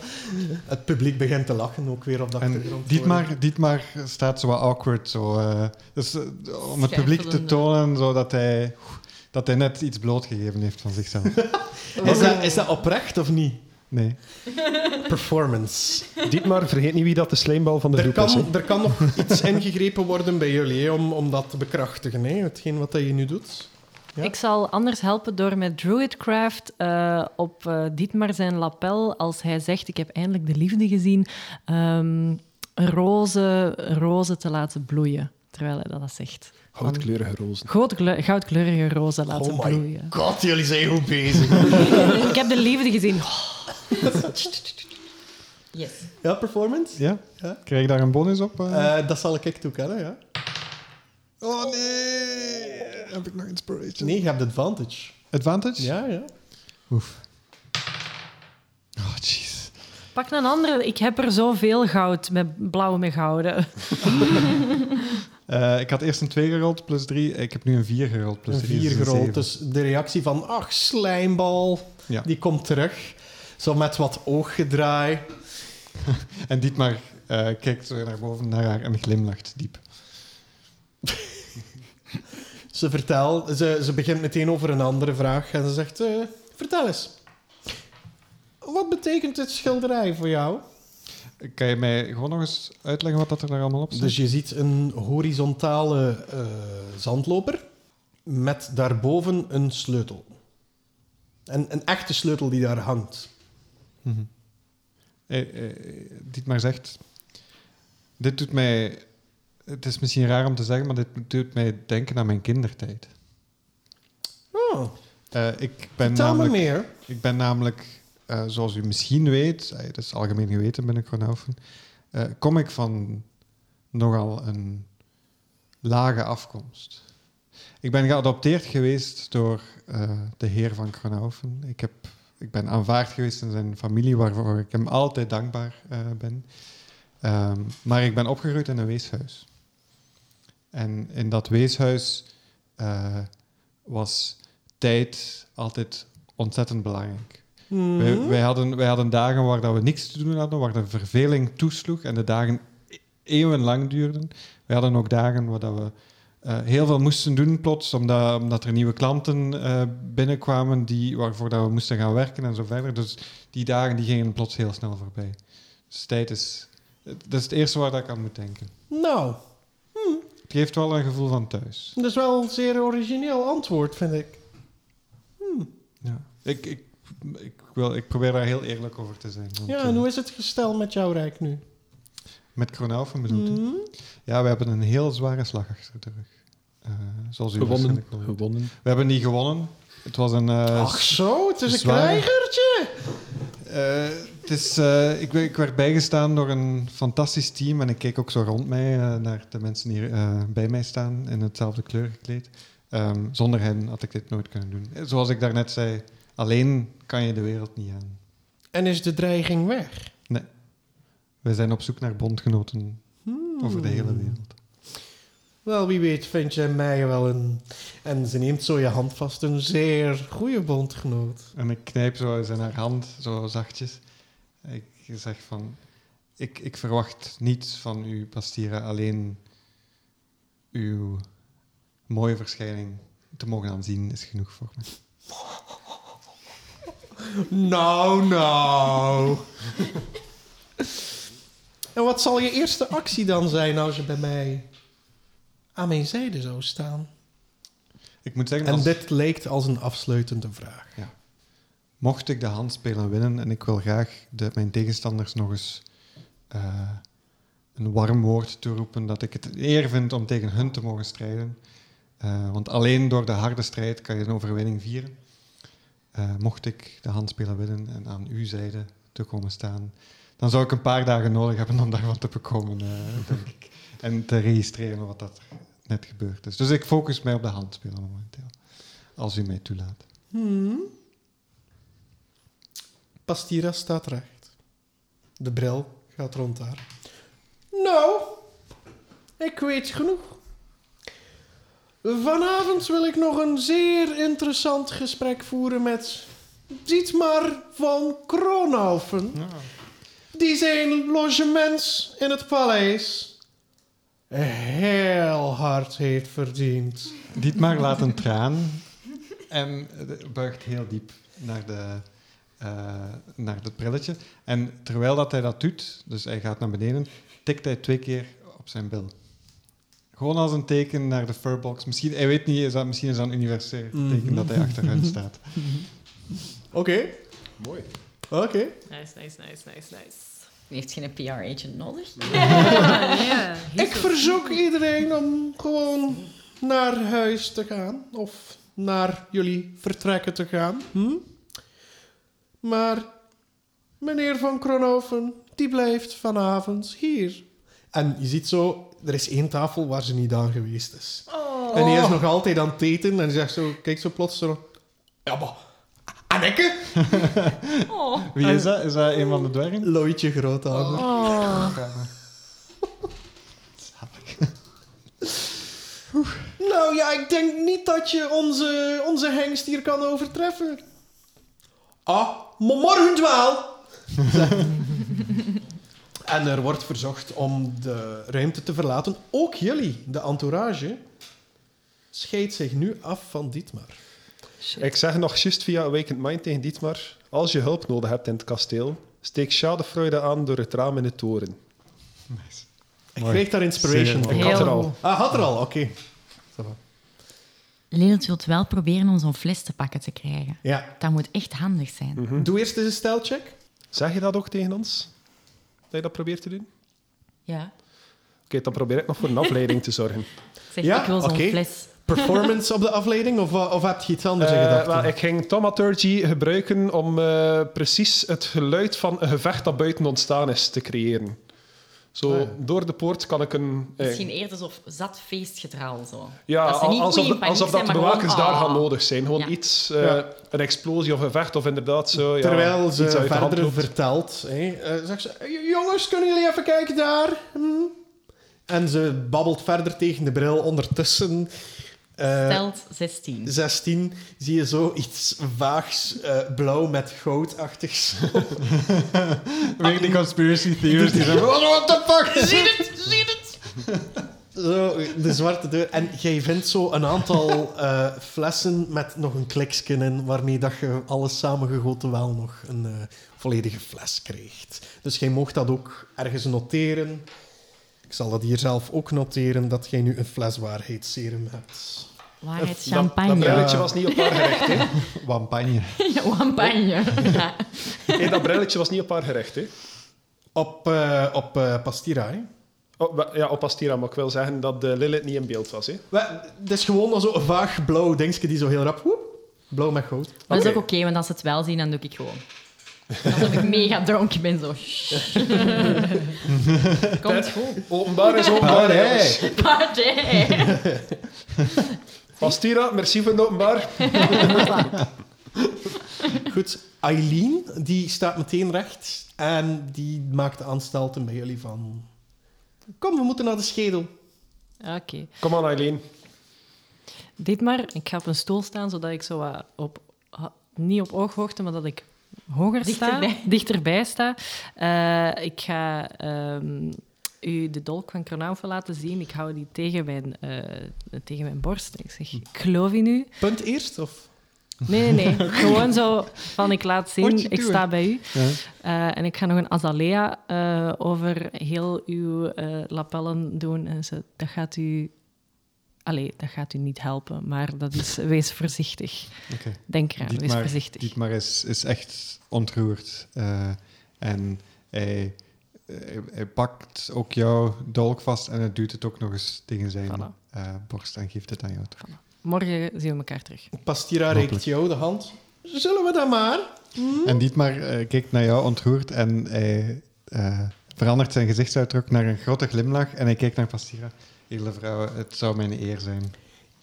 Het publiek begint te lachen ook weer op de
En
achtergrond.
Dietmar, Dietmar staat zo wat awkward, zo, eh, dus, eh, om het publiek te tonen zo dat, hij, dat hij net iets blootgegeven heeft van
<laughs>
zichzelf.
Is dat, is dat oprecht of niet?
Nee.
Performance.
Dietmar, vergeet niet wie dat de slijmbal van de
Er
groep is. hè.
kan, er kan nog iets ingegrepen worden bij jullie hè, om, om dat te bekrachtigen. Hè? Hetgeen wat dat je nu doet. Ja.
Ik zal anders helpen door met Druidcraft eh, op eh, Dietmar zijn lapel, als hij zegt: Ik heb eindelijk de liefde gezien, ehm een roze, een roze te laten bloeien. Terwijl hij dat zegt.
Houtkleurige rozen.
Goud- kle- Goudkleurige rozen laten
Oh my
bloeien.
God, jullie zijn goed bezig.
Ik heb de liefde gezien. Oh,
Yes.
Ja, performance?
Ja?
Ja.
Krijg ik daar een bonus op? eh?
Eh, dat zal ik ik toekennen, ja.
oh nee! Heb ik nog inspiration?
Nee, je hebt advantage.
Advantage?
Ja, ja.
Oef. Oh, jeez.
Pak een andere. Ik heb er zoveel goud met blauw mee gehouden.
Eh, ik had eerst een 2 gerold plus 3. Ik heb nu een 4 gerold plus
Een
3.
vier gerold. Dus de reactie van, ach, slijmbal,
Ja.
die komt terug. Zo met wat ooggedraai.
En Dietmar eh, kijkt zo naar boven naar haar en glimlacht diep.
Ze vertelt, ze, ze begint meteen over een andere vraag en ze zegt, eh, vertel eens. Wat betekent dit schilderij voor jou?
Kan je mij gewoon nog eens uitleggen wat dat er daar allemaal op staat?
Dus je ziet een horizontale eh, zandloper met daarboven een sleutel. Een, een echte sleutel die daar hangt.
Mhm. Eh, eh, Dietmar zegt... Dit doet mij... Het is misschien raar om te zeggen, maar dit doet mij denken aan mijn kindertijd.
Oh,
Eh, ik ben
vertel me
namelijk...
meer.
Ik ben namelijk, eh, zoals u misschien weet, eh, dat is algemeen geweten binnen Kronaufen, eh, kom ik van nogal een lage afkomst. Ik ben geadopteerd geweest door eh, de heer van Kronaufen. Ik heb ik ben aanvaard geweest in zijn familie, waarvoor ik hem altijd dankbaar eh, ben. Ehm, maar ik ben opgegroeid in een weeshuis. En in dat weeshuis eh, was tijd altijd ontzettend belangrijk.
Hmm.
Wij, wij hadden, wij hadden dagen waar dat we niks te doen hadden, waar de verveling toesloeg en de dagen e- eeuwenlang duurden. Wij hadden ook dagen waar dat we eh, heel veel moesten doen plots, omdat, omdat er nieuwe klanten eh, binnenkwamen die, waarvoor dat we moesten gaan werken en zo verder. Dus die dagen die gingen plots heel snel voorbij. Dus tijd is... Dat is het eerste waar dat ik aan moet denken.
Nou,
Het geeft wel een gevoel van thuis.
dat is wel een zeer origineel antwoord, vind ik.
Ja. Ik, ik, ik, wil, ik probeer daar heel eerlijk over te zijn. want,
Ja,
eh,
en hoe is het gestel met jouw rijk nu? Mm.
Met Kronaufen bedoelt u? Ja, we hebben een heel zware slag achter de rug. Eh, zoals u
Gewonnen.
waarschijnlijk wel weet.
Gewonnen.
We hebben niet gewonnen. Het was een... eh,
Ach zo, het is een
zware-
krijgertje.
Eh, het is, eh, ik, ben- ik werd bijgestaan door een fantastisch team en ik keek ook zo rond mij eh, naar de mensen die hier eh, bij mij staan in hetzelfde kleur gekleed. Ehm, zonder hen had ik dit nooit kunnen doen. Eh, Zoals ik daarnet zei, alleen kan je de wereld niet aan.
En is de dreiging weg?
Wij zijn op zoek naar bondgenoten over de hele wereld.
Wel, wie weet vind je mij wel een... En ze neemt zo je hand vast, een zeer goede bondgenoot.
En ik knijp zo eens in haar hand, zo zachtjes. Ik zeg van, ik, ik verwacht niets van u, Pastira, alleen uw mooie verschijning te mogen aanzien is genoeg voor me.
Nou, nou. en wat zal je eerste actie dan zijn als je bij mij aan mijn zijde zou staan?
Ik moet zeggen,
En
als-
dit leek als een afsluitende vraag.
mocht ik de handspelen winnen en ik wil graag de, mijn tegenstanders nog eens eh, een warm woord toeroepen, dat ik het een eer vind om tegen hun te mogen strijden. Eh, want alleen door de harde strijd kan je een overwinning vieren. Eh, mocht ik de handspelen winnen en aan uw zijde te komen staan, dan zou ik een paar dagen nodig hebben om daarvan te bekomen, eh, denk ik. En te registreren wat dat er net gebeurd is. Dus ik focus mij op de handspelen momenteel, als u mij toelaat.
Pastira staat recht. De bril gaat rond haar. Nou, ik weet genoeg. Vanavond wil ik nog een zeer interessant gesprek voeren met Dietmar van Kronhoven. Die zijn logement in het paleis heel hard heeft verdiend.
Dietmar laat een traan en eh, buigt heel diep naar, de, eh, naar het brilletje. En terwijl dat hij dat doet, dus hij gaat naar beneden, tikt hij twee keer op zijn bil. Gewoon als een teken naar de furbox. Misschien, hij weet niet, is dat, misschien is dat een universeel teken dat hij achteruit staat.
Oké.
Mooi.
Oké.
Nice, nice, nice, nice,
<laughs>
nice.
heeft geen PR-agent nodig. Ah,
Ik verzoek iedereen om gewoon naar huis te gaan. Of naar jullie vertrekken te gaan. Hm? Maar meneer van Kronhoven, die blijft vanavond hier. En je ziet zo, er is één tafel waar ze niet aan geweest is. En die is nog altijd aan het eten. En die zegt zo, kijkt zo plots zo... Ja, maar... Anneke?
Wie is dat? Is dat een van de dwergen?
Looitje groot aan. Nou ja, ik denk niet dat je onze, onze hengst hier kan overtreffen. Ah, maar morgen wel. <laughs> en er wordt verzocht om de ruimte te verlaten. Ook jullie, de entourage, scheidt zich nu af van Dietmar.
Ik zeg nog juist via Awakened Mind tegen Dietmar. Als je hulp nodig hebt in het kasteel, steek Schadefreude aan door het raam in de toren.
Ik
Mooi.
kreeg daar inspiration
Zeer
van.
Ik had
Heel
er al.
Ah, had er al, oké.
Lilith wilt wel proberen om zo'n fles te pakken te krijgen.
Ja.
Dat moet echt handig zijn.
Mhm.
Doe eerst eens een stijlcheck.
Zeg je dat ook tegen ons? Dat je dat probeert te doen? Oké,
Ja.
dan probeer ik nog voor een afleiding te
<laughs>
zorgen.
Zeg,
Ja,
ik wil zo'n
oké.
fles.
Performance op de afleiding, of, wa- of heb je iets anders in
Eh,
gedachten?
wel, ik ging Tomaturgy gebruiken om eh, precies het geluid van een gevecht dat buiten ontstaan is te creëren. Zo,
Ah, ja.
door de poort kan ik een... eh,
Misschien eerder zo zat feestgedraal. Zo.
ja,
dat ze niet
alsof,
oei, in
de-
paniek
alsof dat de
zijn, maar
bewakers
gewoon,
daar
ah.
gaan nodig zijn. Gewoon
Ja.
iets, eh,
Ja.
een explosie of een vecht of inderdaad zo. ja,
Terwijl ze
iets uit de hand
verder
loopt.
Ah,
vertelt, hè, eh, zegt ze: "J- Jongens, kunnen jullie even kijken daar? Hm?" En ze babbelt verder tegen de bril. Ondertussen, eh,
Telt 16.
16, zie je zo iets vaags eh, blauw met goudachtigs.
Weer die conspiracy theories die zeggen... "What- What the fuck?
Zie het, zie het!
Zo, de zwarte deur. En jij vindt zo een aantal eh, flessen met nog een kliksje in, waarmee dat je alles samengegoten wel nog een eh, volledige fles krijgt. Dus jij mocht dat ook ergens noteren. Ik zal dat hier zelf ook noteren, dat jij nu een fles waarheidsserum hebt.
Waarheid
Dat- Dat
champagne.
brilletje was niet op
<laughs>
haar gerecht, hè?
Wampagne.
<laughs> Champagne. Ja.
Hé, dat brilletje was niet op haar gerecht, hè?
Op, eh, op eh, Pastira, hè?
Oh, wa- ja, op Astira, maar ik wil zeggen dat eh, Lilith niet in beeld was, hè?
Wel, Het is gewoon al zo'n vaag blauw dingetje die zo heel rap... woep, blauw met goud.
Dat is
Oké.
ook oké, want als ze het wel zien, dan doe ik gewoon. Alsof ik mega dronken ben, zo.
<laughs>
Komt goed.
Openbaar
Ah,
is openbaar,
Allee.
hè?
Party!
Pastira, merci voor het openbaar.
Goed, Eileen, die staat meteen recht. En die maakt de aanstalten bij jullie van... Kom, we moeten naar de schedel.
Oké.
Kom aan, Eileen.
Dit maar, ik ga op een stoel staan, zodat ik zo wat op, ha- niet op ooghoogte, maar dat ik hoger
Dichterbij.
sta, dichterbij sta. Eh, ik ga ehm, u de dolk van Kronaufen laten zien. Ik hou die tegen mijn, eh, tegen mijn borst. Ik zeg, ik geloof in u.
Punt eerst, of?
Nee, nee, nee. Gewoon zo van, ik laat
What you
zien, ik
doing?
sta bij u.
Ja.
Eh, en ik ga nog een azalea eh, over heel uw eh, lapellen doen. En ze, dat gaat u... Allee, dat gaat u niet helpen, maar dat is... Wees voorzichtig.
Oké.
Denk eraan, wees
Dietmar-
voorzichtig.
Dietmar is, is echt ontroerd. eh, en hij, hij, hij pakt ook jouw dolk vast en hij duwt het ook nog eens tegen zijn
Voilà.
eh, borst en geeft het aan jou. terug.
Morgen zien we elkaar terug.
Pastira
Hopelijk.
reikt jou de hand. Zullen we dan maar?
En Dietmar eh, kijkt naar jou ontroerd en hij eh, verandert zijn gezichtsuitdruk naar een grote glimlach en hij kijkt naar Pastira. Edele vrouwen, het zou mijn eer <laughs> zijn.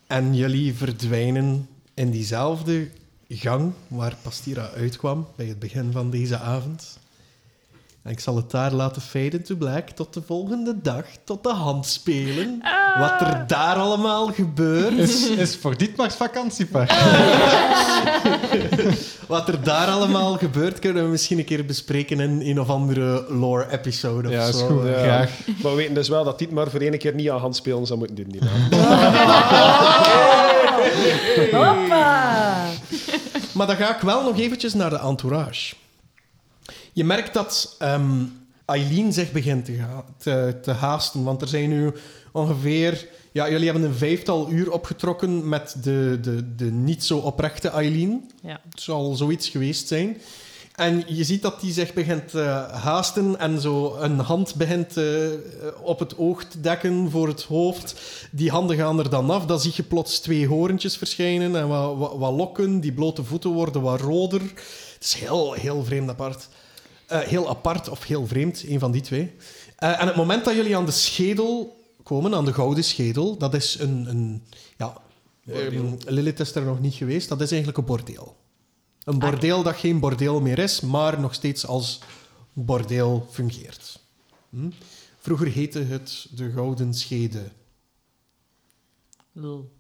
En jullie verdwijnen in diezelfde gang waar Pastira uitkwam bij het begin van deze avond. En ik zal het daar laten faden to black tot de volgende dag, tot de handspelen. Wat er daar allemaal gebeurt.
Is, is voor Dietmar's vakantiepark.
Wat er daar allemaal gebeurt, kunnen we misschien een keer bespreken in een of andere lore-episode
ja,
of
is
zo.
goed.
Ja.
Graag.
Maar we weten dus wel dat dit maar voor één keer niet aan hand spelen zou moeten doen. Die
<laughs>
naam.
Hoppa!
Maar dan ga ik wel nog eventjes naar de entourage. Je merkt dat ehm, Eileen zich begint te, ga- te, te haasten, want er zijn nu ongeveer... Ja, jullie hebben een vijftal uur opgetrokken met de, de, de niet zo oprechte Eileen.
Ja.
Het zal zoiets geweest zijn. En je ziet dat die zich begint te haasten en zo een hand begint eh, op het oog te dekken voor het hoofd. Die handen gaan er dan af. Dan zie je plots twee horentjes verschijnen en wat, wat, wat lokken. Die blote voeten worden wat roder. Het is heel, heel vreemd apart. Eh, heel apart of heel vreemd, een van die twee. Eh, en het moment dat jullie aan de schedel komen, aan de gouden schedel, dat is een... een ja, ehm, Lilith is er nog niet geweest. Dat is eigenlijk een bordeel. Een bordeel dat geen bordeel meer is, maar nog steeds als bordeel fungeert. Hm? Vroeger heette het de Gouden
<laughs>
Schede.
Lul.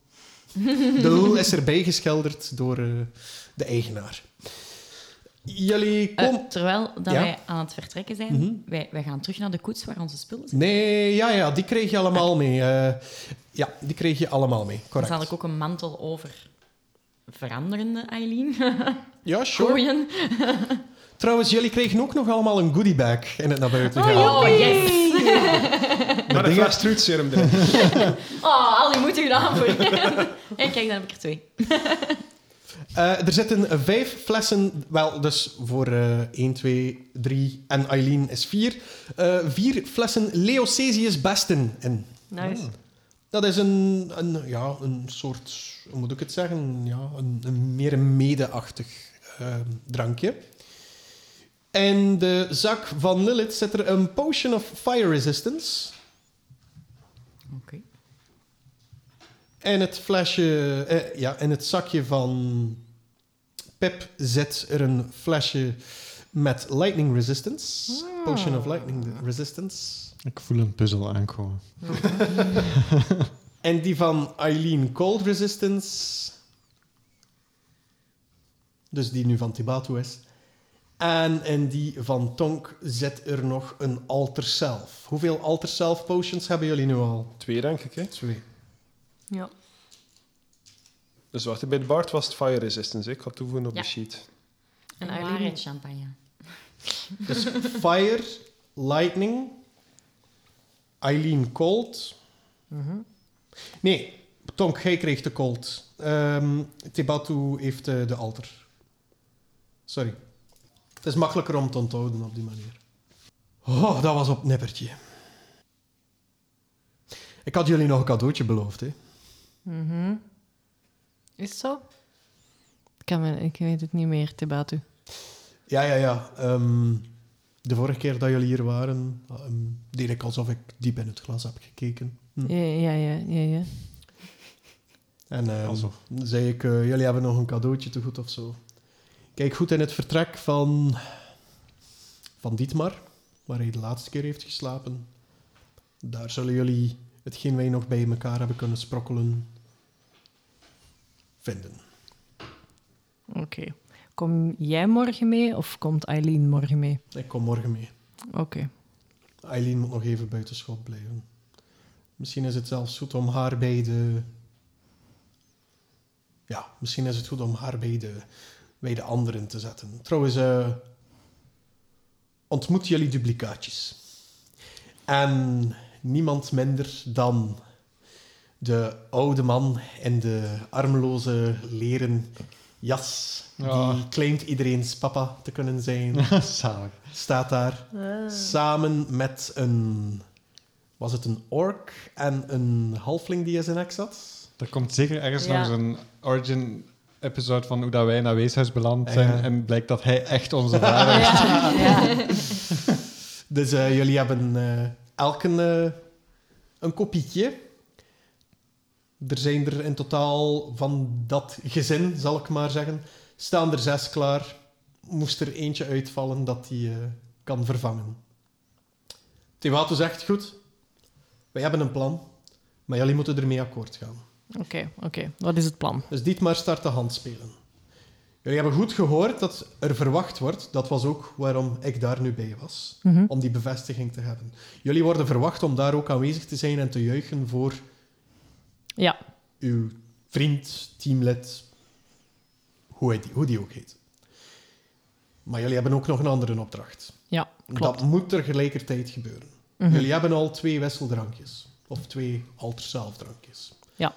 De lul is erbij geschilderd door eh, de eigenaar. Jullie
Eh,
komen...
terwijl dat
Ja.
wij aan het vertrekken zijn,
Mhm.
wij, wij gaan terug naar de koets waar onze spullen zijn.
Nee, ja, ja, die kreeg je allemaal mee. eh. ja, die kreeg je allemaal mee, correct.
Dan zal ik ook een mantel over veranderende Eileen
Ja, sure.
gooien.
Trouwens, jullie kregen ook nog allemaal een goodiebag in het naar buiten gaan.
Oh, yes!
Maar een fles truutserum erin.
<laughs>
Oh, al die moeite gedaan <laughs> voor En kijk, dan heb ik er twee.
Eh, er zitten vijf flessen, wel, dus voor eh 1, 2, 3 en Eileen is 4. vier flessen Leocesius Besten in. Ah.
Nice.
Dat is een, een, ja, een soort, hoe moet ik het zeggen? Ja, een, een meer een mede-achtig eh, drankje. ehm, In de zak van Lilith zit er een potion of fire resistance.
Oké.
En het flesje, eh, ja, in het zakje van Pip zit er een flesje met lightning resistance. Potion of lightning resistance.
Ik voel een puzzel aankomen.
En die van Eileen Cold Resistance. Dus die nu van Tibatu is. En in die van Tonk zit er nog een Alter Self. Hoeveel Alter Self potions hebben jullie nu al?
Twee, denk ik. Hè?
Twee.
Ja.
Dus wacht, bij de Bart was het fire resistance. hè? Ik ga toevoegen op
Ja.
de sheet.
En
En
Een
Eileen-
waarheid champagne.
Dus Fire, Lightning, Eileen Cold.
Mhm,
Nee, Tonk, jij kreeg de Cold. Ehm Tibatu heeft eh, de Alter. Sorry. Het is makkelijker om te onthouden op die manier. Oh, dat was op nippertje. Ik had jullie nog een cadeautje beloofd, hè?
Mhm. Is het zo? Ik, kan me- ik weet het niet meer, Tebatu.
Ja, ja, ja. Ehm, de vorige keer dat jullie hier waren, ehm, deed ik alsof ik diep in het glas heb gekeken. Hm.
Ja, ja, ja. ja, ja.
En ehm,
Alsof.
zei ik, eh, jullie hebben nog een cadeautje te goed of zo. Kijk goed in het vertrek van, van Dietmar, waar hij de laatste keer heeft geslapen. Daar zullen jullie hetgeen wij nog bij elkaar hebben kunnen sprokkelen vinden.
Oké. Kom jij morgen mee of komt Eileen morgen mee?
Ik kom morgen mee.
Oké.
Eileen moet nog even buiten schot blijven. Misschien is het zelfs goed om haar bij de. Ja, misschien is het goed om haar bij de, bij de anderen te zetten. Trouwens, eh, ontmoet jullie duplicaatjes. En niemand minder dan de oude man in de armloze leren jas. Die
Ja.
claimt iedereen's papa te kunnen zijn.
<laughs> Zalig.
Staat daar samen met een. Was het een ork en een halfling die in zijn ex zat?
Er komt zeker ergens
Ja.
nog eens een origin-episode van hoe dat wij naar Weeshuis beland
Ja.
zijn. En blijkt dat hij echt onze vader <laughs> is.
Ja.
Dus eh, jullie hebben eh, elk een, eh, een kopietje. Er zijn er in totaal van dat gezin, zal ik maar zeggen, staan er zes klaar. Moest er eentje uitvallen dat die eh, kan vervangen. Tewato zegt goed, wij hebben een plan, maar jullie moeten ermee akkoord gaan.
Oké, oké. Wat is het plan?
Dus Dietmar start de hand spelen. Jullie hebben goed gehoord dat er verwacht wordt. Dat was ook waarom ik daar nu bij was. Om die bevestiging te hebben. Jullie worden verwacht om daar ook aanwezig te zijn en te juichen voor
Ja.
uw vriend, teamlid, hoe, hij die, hoe die ook heet. Maar jullie hebben ook nog een andere opdracht.
Ja, klopt. Mhm.
Dat moet tegelijkertijd gebeuren. Jullie hebben al twee wisseldrankjes. Of twee alterzelfdrankjes.
Ja.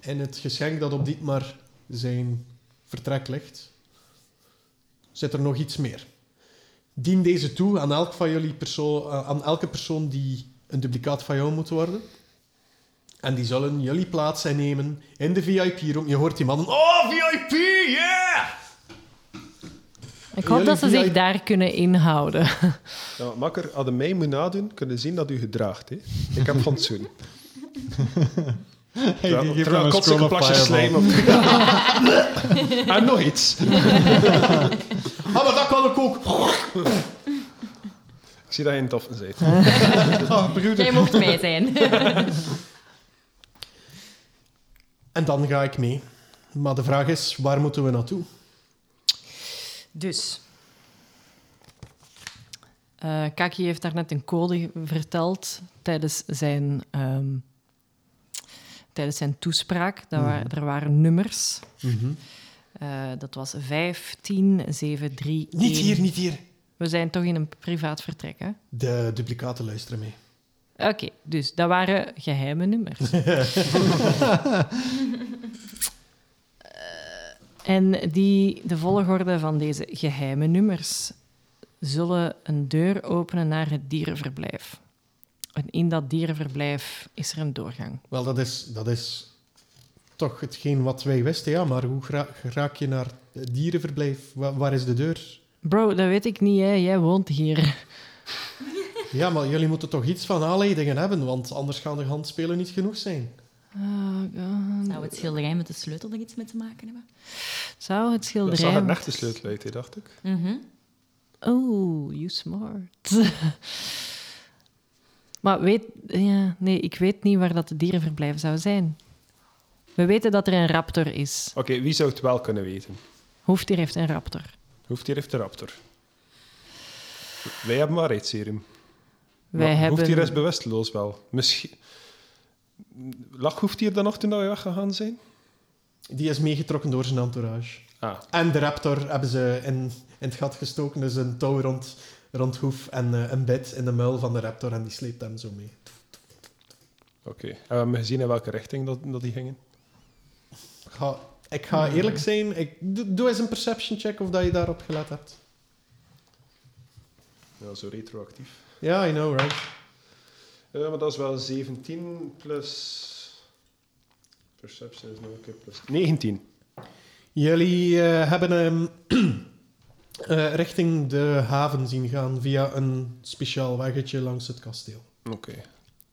En het geschenk dat op Dietmar zijn vertrek ligt, zit er nog iets meer. Dien deze toe aan, elk van jullie perso- eh, aan elke persoon die een duplicaat van jou moet worden. En die zullen jullie plaats innemen in de VIP-room. Je hoort die mannen... Oh, VIP, yeah!
Ik hoop dat ze
Jullie
zich
VI
daar kunnen <laughs> inhouden.
Ja, makker, hadden mij moeten nadoen, kunnen zien dat u gedraagt. Hè? Ik heb
<laughs>
rondzoen.
Hij geeft hem
Terwijl
een
kotsen
scroll
een
of
plasje
fireball.
slijm op.
<laughs>
en nog iets.
Ah, maar dat kan ik ook.
Ik zie dat je in toffen bent.
Ah, broeder.
Jij mocht bij zijn.
En dan ga ik mee. Maar de vraag is, waar moeten we naartoe?
Dus,
Eh, Kaki heeft daarnet een code ge- verteld tijdens zijn, ehm, tijdens zijn toespraak. Daar wa-
Mhm.
Er waren nummers. Eh, dat was 5, 10, 7, 3,
Niet
1.
hier, niet hier.
We zijn toch in een privaat vertrek, hè?
De duplicaten luisteren mee.
Oké, dus dat waren geheime <laughs> nummers. Eh, en die, de volgorde van deze geheime nummers zullen een deur openen naar het dierenverblijf. En in dat dierenverblijf is er een doorgang.
Wel, dat is, dat is toch hetgeen wat wij wisten, ja. Maar hoe gra- raak je naar het dierenverblijf? Wa- waar is de deur?
Bro, dat weet ik niet, hè. Jij woont hier.
Ja, maar jullie moeten toch iets van aanleidingen hebben, want anders gaan de handspelen niet genoeg zijn.
Ah, ja.
<laughs> Zou het schilderij met de sleutel er iets mee te maken hebben?
Zou het
Dat
schilderij...
zag een echte sleutel uit, hè, dacht ik.
Mhm.
Oh, you smart. <laughs> maar weet... Ja, nee, ik weet niet waar dat de dierenverblijf zou zijn. We weten dat er een raptor is.
Oké, wie zou het wel kunnen weten?
Hoefdier heeft een raptor.
Hoeft hier heeft de raptor. Wij hebben waarheidsserum.
Wij hebben...
Hoeft hier is bewusteloos wel. Misschien... Lag hoeft hier dan nog toen dat we weggegaan zijn?
Die is meegetrokken door zijn entourage.
Ah,
En de raptor hebben ze in, in het gat gestoken, dus een touw rond, rond hoef en eh, een bed in de muil van de raptor en die sleept hem zo mee.
oké. En we hebben gezien in welke richting dat, dat die gingen.
Ik ga, ik ga eerlijk zijn, ik, doe doe eens een perception check of dat je daarop gelet hebt.
Ja, zo retroactief.
Ja, I know, right?
Ja, Eh, maar dat is wel 17 plus... Perception is nog een keer plus... 19.
Jullie eh, hebben hem <clears throat> eh, richting de haven zien gaan via een speciaal weggetje langs het kasteel.
Oké.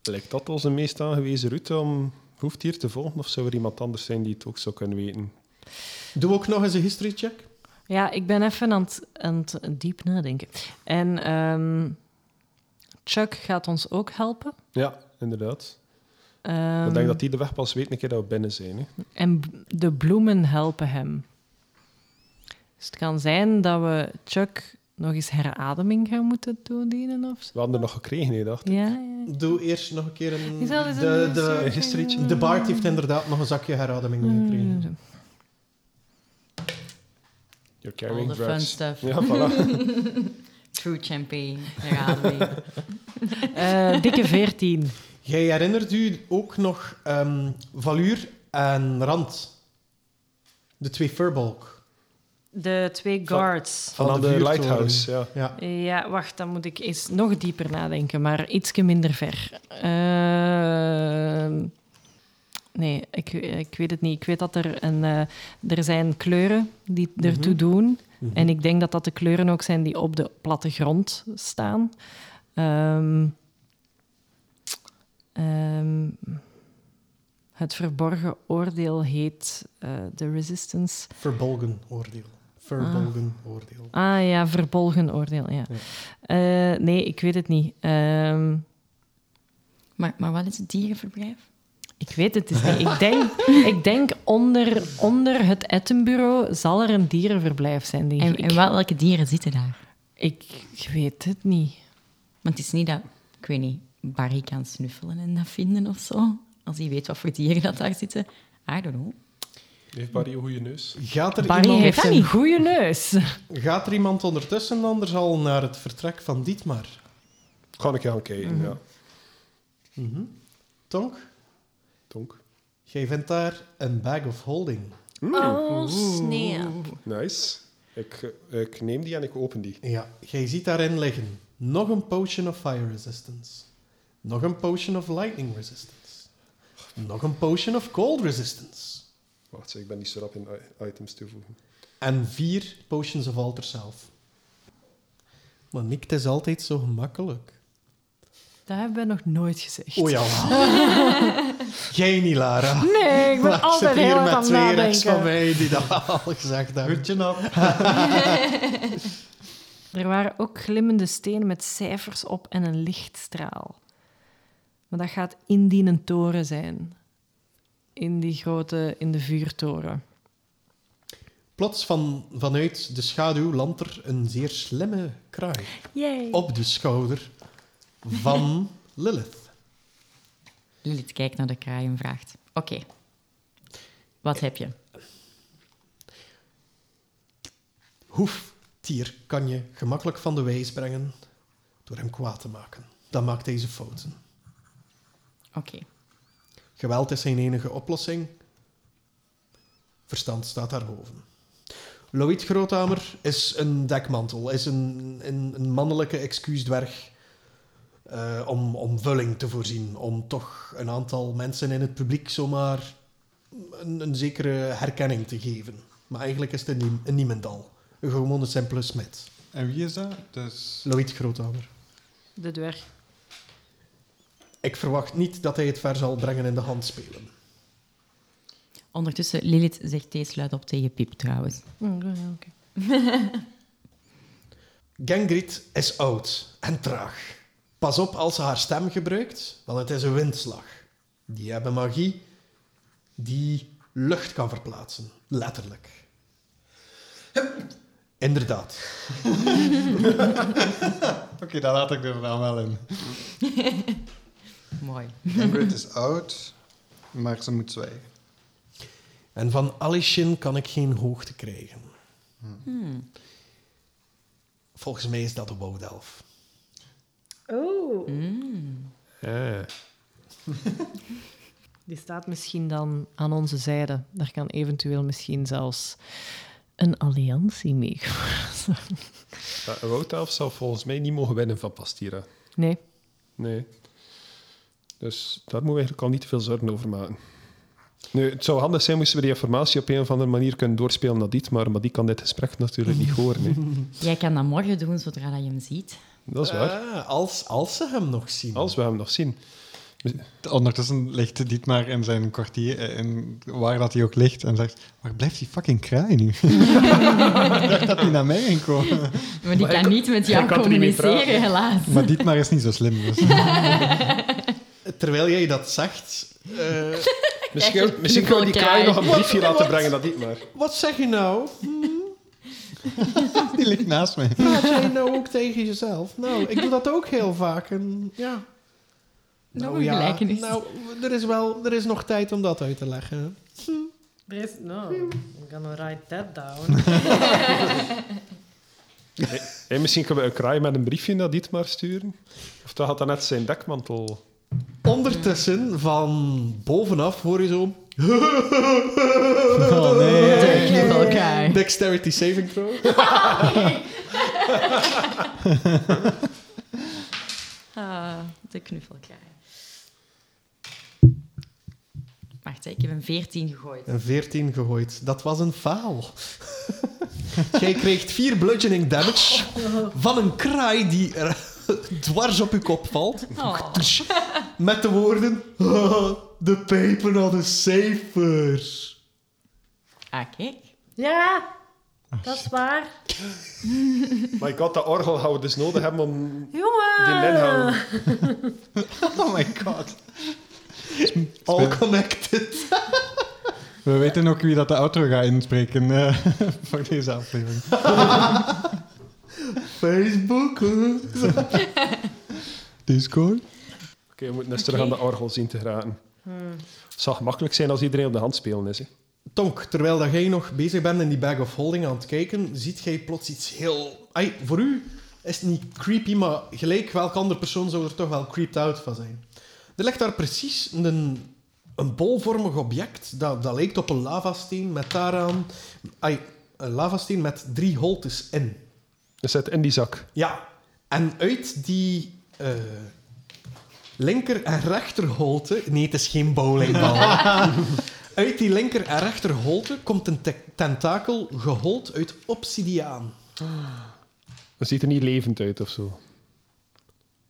Lijkt dat onze meest aangewezen route om hoeft hier te volgen? Of zou er iemand anders zijn die het ook zou kunnen weten?
Doe ook nog eens een history check.
Ja, ik ben even aan het, aan het diep nadenken. En ehm, Chuck gaat ons ook helpen.
Ja, inderdaad.
Ehm,
ik denk dat die de weg pas weet een keer dat we binnen zijn. Hè.
En b- de bloemen helpen hem. Dus het kan zijn dat we Chuck nog eens herademing gaan moeten toedienen of zo.
We hadden er nog gekregen, hè, dacht ik.
Ja, ja.
Doe eerst nog een keer een...
Ik zal eens
de,
een-
de,
historytje.
de Bart heeft inderdaad nog een zakje herademing
Hmm.
meegekregen.
You're
All
carrying
the fun
drugs.
stuff.
Ja, voilà.
<laughs> True champagne. Daar gaan we.
Eh, dikke 14.
Jij herinnert u ook nog ehm, Valuur en Rand. De twee furbolg.
De twee
Van-
guards.
Van aan de,
vuurtoren.
lighthouse, ja.
Ja.
Ja, wacht, dan moet ik eens nog dieper nadenken, maar ietsje minder ver. Ehm, nee, ik, ik weet het niet. Ik weet dat er een... eh, er zijn kleuren die ertoe
Mhm.
doen. En ik denk dat dat de kleuren ook zijn die op de plattegrond staan. Ehm, ehm, het verborgen oordeel heet eh, The Resistance.
Verbolgen oordeel. Verbolgen oordeel.
Ah ja, verbolgen oordeel, ja.
Ja.
Eh, nee, ik weet het niet. Ehm,
Maar, maar wat is het dierenverblijf?
ik weet het dus
<laughs>
niet. Ik denk, ik denk onder, onder het Ettenbureau zal er een dierenverblijf zijn. Denk
En,
ik.
en wel, welke dieren zitten daar?
ik, weet het niet.
Want het is niet dat, ik weet niet, Barry kan snuffelen en dat vinden of zo. Als hij weet wat voor dieren dat daar zitten. I don't know.
Heeft Barry een goede neus?
Gaat er,
Barry
iemand,
heeft
heeft
dat
een
niet.
goede neus.
gaat er iemand ondertussen anders al naar het vertrek van Dietmar?
Ga ik gaan kijken, ja.
Mhm. Tonk,
Tonk.
jij vindt daar een bag of holding.
Oh, snap.
Nice. Ik, eh, ik neem die en ik open die.
Ja, jij ziet daarin liggen nog een potion of fire resistance. Nog een potion of lightning resistance. Nog een potion of cold resistance.
Wacht, ik ben niet zo rap in i- items toevoegen.
En vier potions of alter self. Maar Nick, het is altijd zo gemakkelijk.
Dat hebben we nog nooit gezegd.
Oh ja.
<laughs>
Jij niet, Lara.
Nee, ik ben
<laughs> Maar
altijd
zit
heel
hier
erg aan
met
het
twee rechts
nadenken.
van mij die dat al gezegd hebben.
Hutje op.
Er waren ook glimmende stenen met cijfers op en een lichtstraal. Maar dat gaat indien een toren zijn. In die grote, in de vuurtoren.
Plots van, vanuit de schaduw landt er een zeer slimme kraai
Yay.
op de schouder
<laughs>
van Lilith.
Lilith kijkt naar de kraai en vraagt. Oké, wat heb je?
Hoeftier kan je gemakkelijk van de wijs brengen door hem kwaad te maken. Dan maakt deze fouten.
Oké,
Geweld is zijn enige oplossing. Verstand staat daarboven. Lloyd Groothamer is een dekmantel, is een, een, een mannelijke excuusdwerg eh, om, om vulling te voorzien. Om toch een aantal mensen in het publiek zomaar een, een zekere herkenning te geven. Maar eigenlijk is het een, niem- een niemendal. Een gewone simpele smid.
En wie is dat? Dus...
Lloyd Groothammer.
De dwerg.
Ik verwacht niet dat hij het ver zal brengen in de hand spelen.
Ondertussen, Lilith zegt deze luid op tegen Pip trouwens.
Oh,
Gangrid is oud en traag. Pas op als ze haar stem gebruikt, want het is een windslag. Die hebben magie die lucht kan verplaatsen, letterlijk. Inderdaad.
Oké, daar laat ik er dan wel in.
Mooi.
Ingrid is oud, maar ze moet zwijgen.
En van Alishin kan ik geen hoogte krijgen.
Hmm.
Volgens mij is dat een woudelf.
Oh.
Mm.
Ah.
Die staat misschien dan aan onze zijde. Daar kan eventueel misschien zelfs een alliantie mee. <laughs>
Ja, een Woudtaaf zou volgens mij niet mogen winnen van Pastira.
Nee,
Nee. Dus daar moeten we eigenlijk al niet te veel zorgen over maken. Nu, het zou handig zijn moesten we die informatie op een of andere manier kunnen doorspelen naar dit, maar, maar die kan dit gesprek natuurlijk niet horen. hè.
Jij kan dat morgen doen zodra dat je hem ziet.
Dat is waar.
Ah, als, als ze hem nog zien.
Als we hem nog zien.
Ondertussen ligt Dietmar in zijn kwartier, eh, in waar dat hij ook ligt, en zegt: Waar blijft die fucking kraai nu? <laughs> ik dacht dat hij naar mij ging komen.
Maar die
Maar
kan niet met jou
kan er niet mee
communiceren, helaas.
Maar Dietmar is niet zo slim. Dus. <laughs>
Terwijl jij dat zegt...
<laughs>
eh,
Kijk,
Misschien, misschien kunnen we die kraai
knuppelkraai.
nog een briefje
Wat?
laten brengen naar dit, maar.
wat zeg je nou?
Die ligt naast mij.
Praat jij nou ook tegen jezelf? Nou, ik doe dat ook heel vaak. En ja...
Nog een gelijkenis.
Nou, er is, wel, er is nog tijd om dat uit te leggen.
There is no. I'm gonna write that down.
Hé, misschien kunnen we een kraai met een briefje naar dit maar sturen. Of dat had dan net zijn dekmantel.
Ondertussen, van bovenaf hoor je zo...
Oh nee.
Dirk
<laughs>
Knuppelkraai.
Dexterity saving throw.
Ah, de knuffelkraai. Wacht, hè, ik heb een 14 gegooid.
Een 14 gegooid. Dat was een faal. <laughs> Jij kreeg 4 bludgeoning damage van een kraai die er <laughs> dwars op je kop valt.
Oh.
Met de woorden... <laughs> De peper had een cijfer.
Ah, kijk.
ja, dat is waar.
Maar ik had dat orgel gaan we dus nodig hebben om die
Ah.
lijn
Jongen!
houden.
Oh my god.
All connected.
We weten ook wie dat de outro gaat inspreken eh, <laughs> voor deze aflevering.
Facebook. hè.
Discord.
Oké, we moeten dus terug aan de orgel zien te geraken. Het zou gemakkelijk zijn als iedereen op de hand spelen is. Hè.
Tonk, terwijl dat jij nog bezig bent in die bag of holding aan het kijken, ziet jij plots iets heel... Ai, voor u is het niet creepy, maar gelijk welke andere persoon zou er toch wel creeped out van zijn. Er ligt daar precies een, een bolvormig object dat, dat lijkt op een lavasteen met daaraan... Ai, een lavasteen met drie holtes in.
Dus zet in die zak.
Ja, en uit die eh, linker- en rechterholte... Nee, het is geen <laughs> bowlingbal. uit die linker- en rechterholte komt een te- tentakel gehold uit obsidiaan.
Dat ziet er niet levend uit of zo.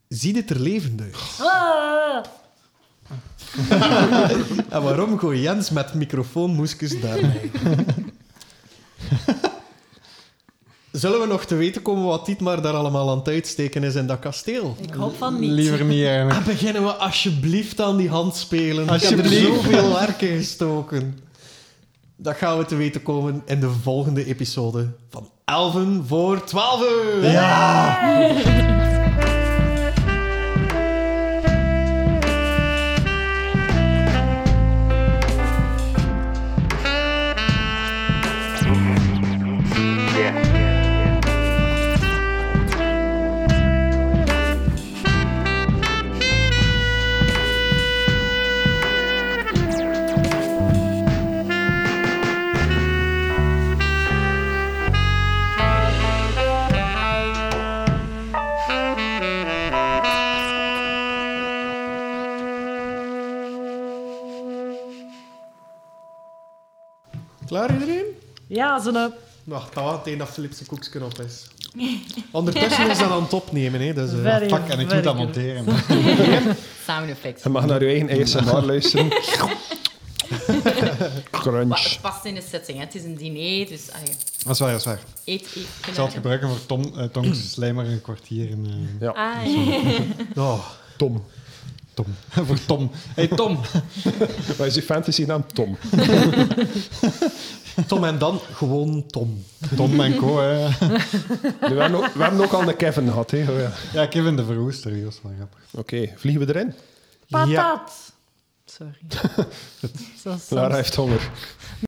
Ziet het er levend <laughs> uit?
Ah.
En waarom gooi Jens met microfoonmoesjes <laughs> daarmee? Zullen we nog te weten komen wat Dietmar daar allemaal aan het uitsteken is in dat kasteel?
Ik hoop van niet.
Liever niet eigenlijk.
En Ah, beginnen we alsjeblieft aan die handspelen. Ik heb er
Alsjeblieft.
zoveel werk in gestoken. Dat gaan we te weten komen in de volgende episode van Elven voor 12.
Ja!
Klaar iedereen?
Ja, zo'n...
Wacht, ik ga wel meteen dat Philips een koekje op is. Ondertussen is dat aan het opnemen, hè. Dus, eh,
Very,
Fuck, en ik
very
moet
good.
dat monteren.
Sound effects.
Je mag naar je eigen ASMR <laughs> luisteren.
Maar
Crunch.
het past in de setting. Hè. Het is een diner, dus allee,
Dat is waar, dat is waar.
eet, eet.
Ik zal het gebruiken voor Tom, eh, Tom Slijmer een kwartier. En, <laughs> eh,
Ah,
Oh,
Tom.
Tom. <laughs> voor Tom. Hey Tom.
Wat is je fantasy naam? Tom.
<laughs> Tom en dan gewoon Tom.
Tom en co. Hè.
We hebben, ook, we hebben ook al een Kevin gehad. hè. Oh ja.
Ja, Kevin de Verwoester, Jos van grappig.
Oké, vliegen we erin?
Ja.
Patat! Sorry. Zoals soms-
Lara heeft honger.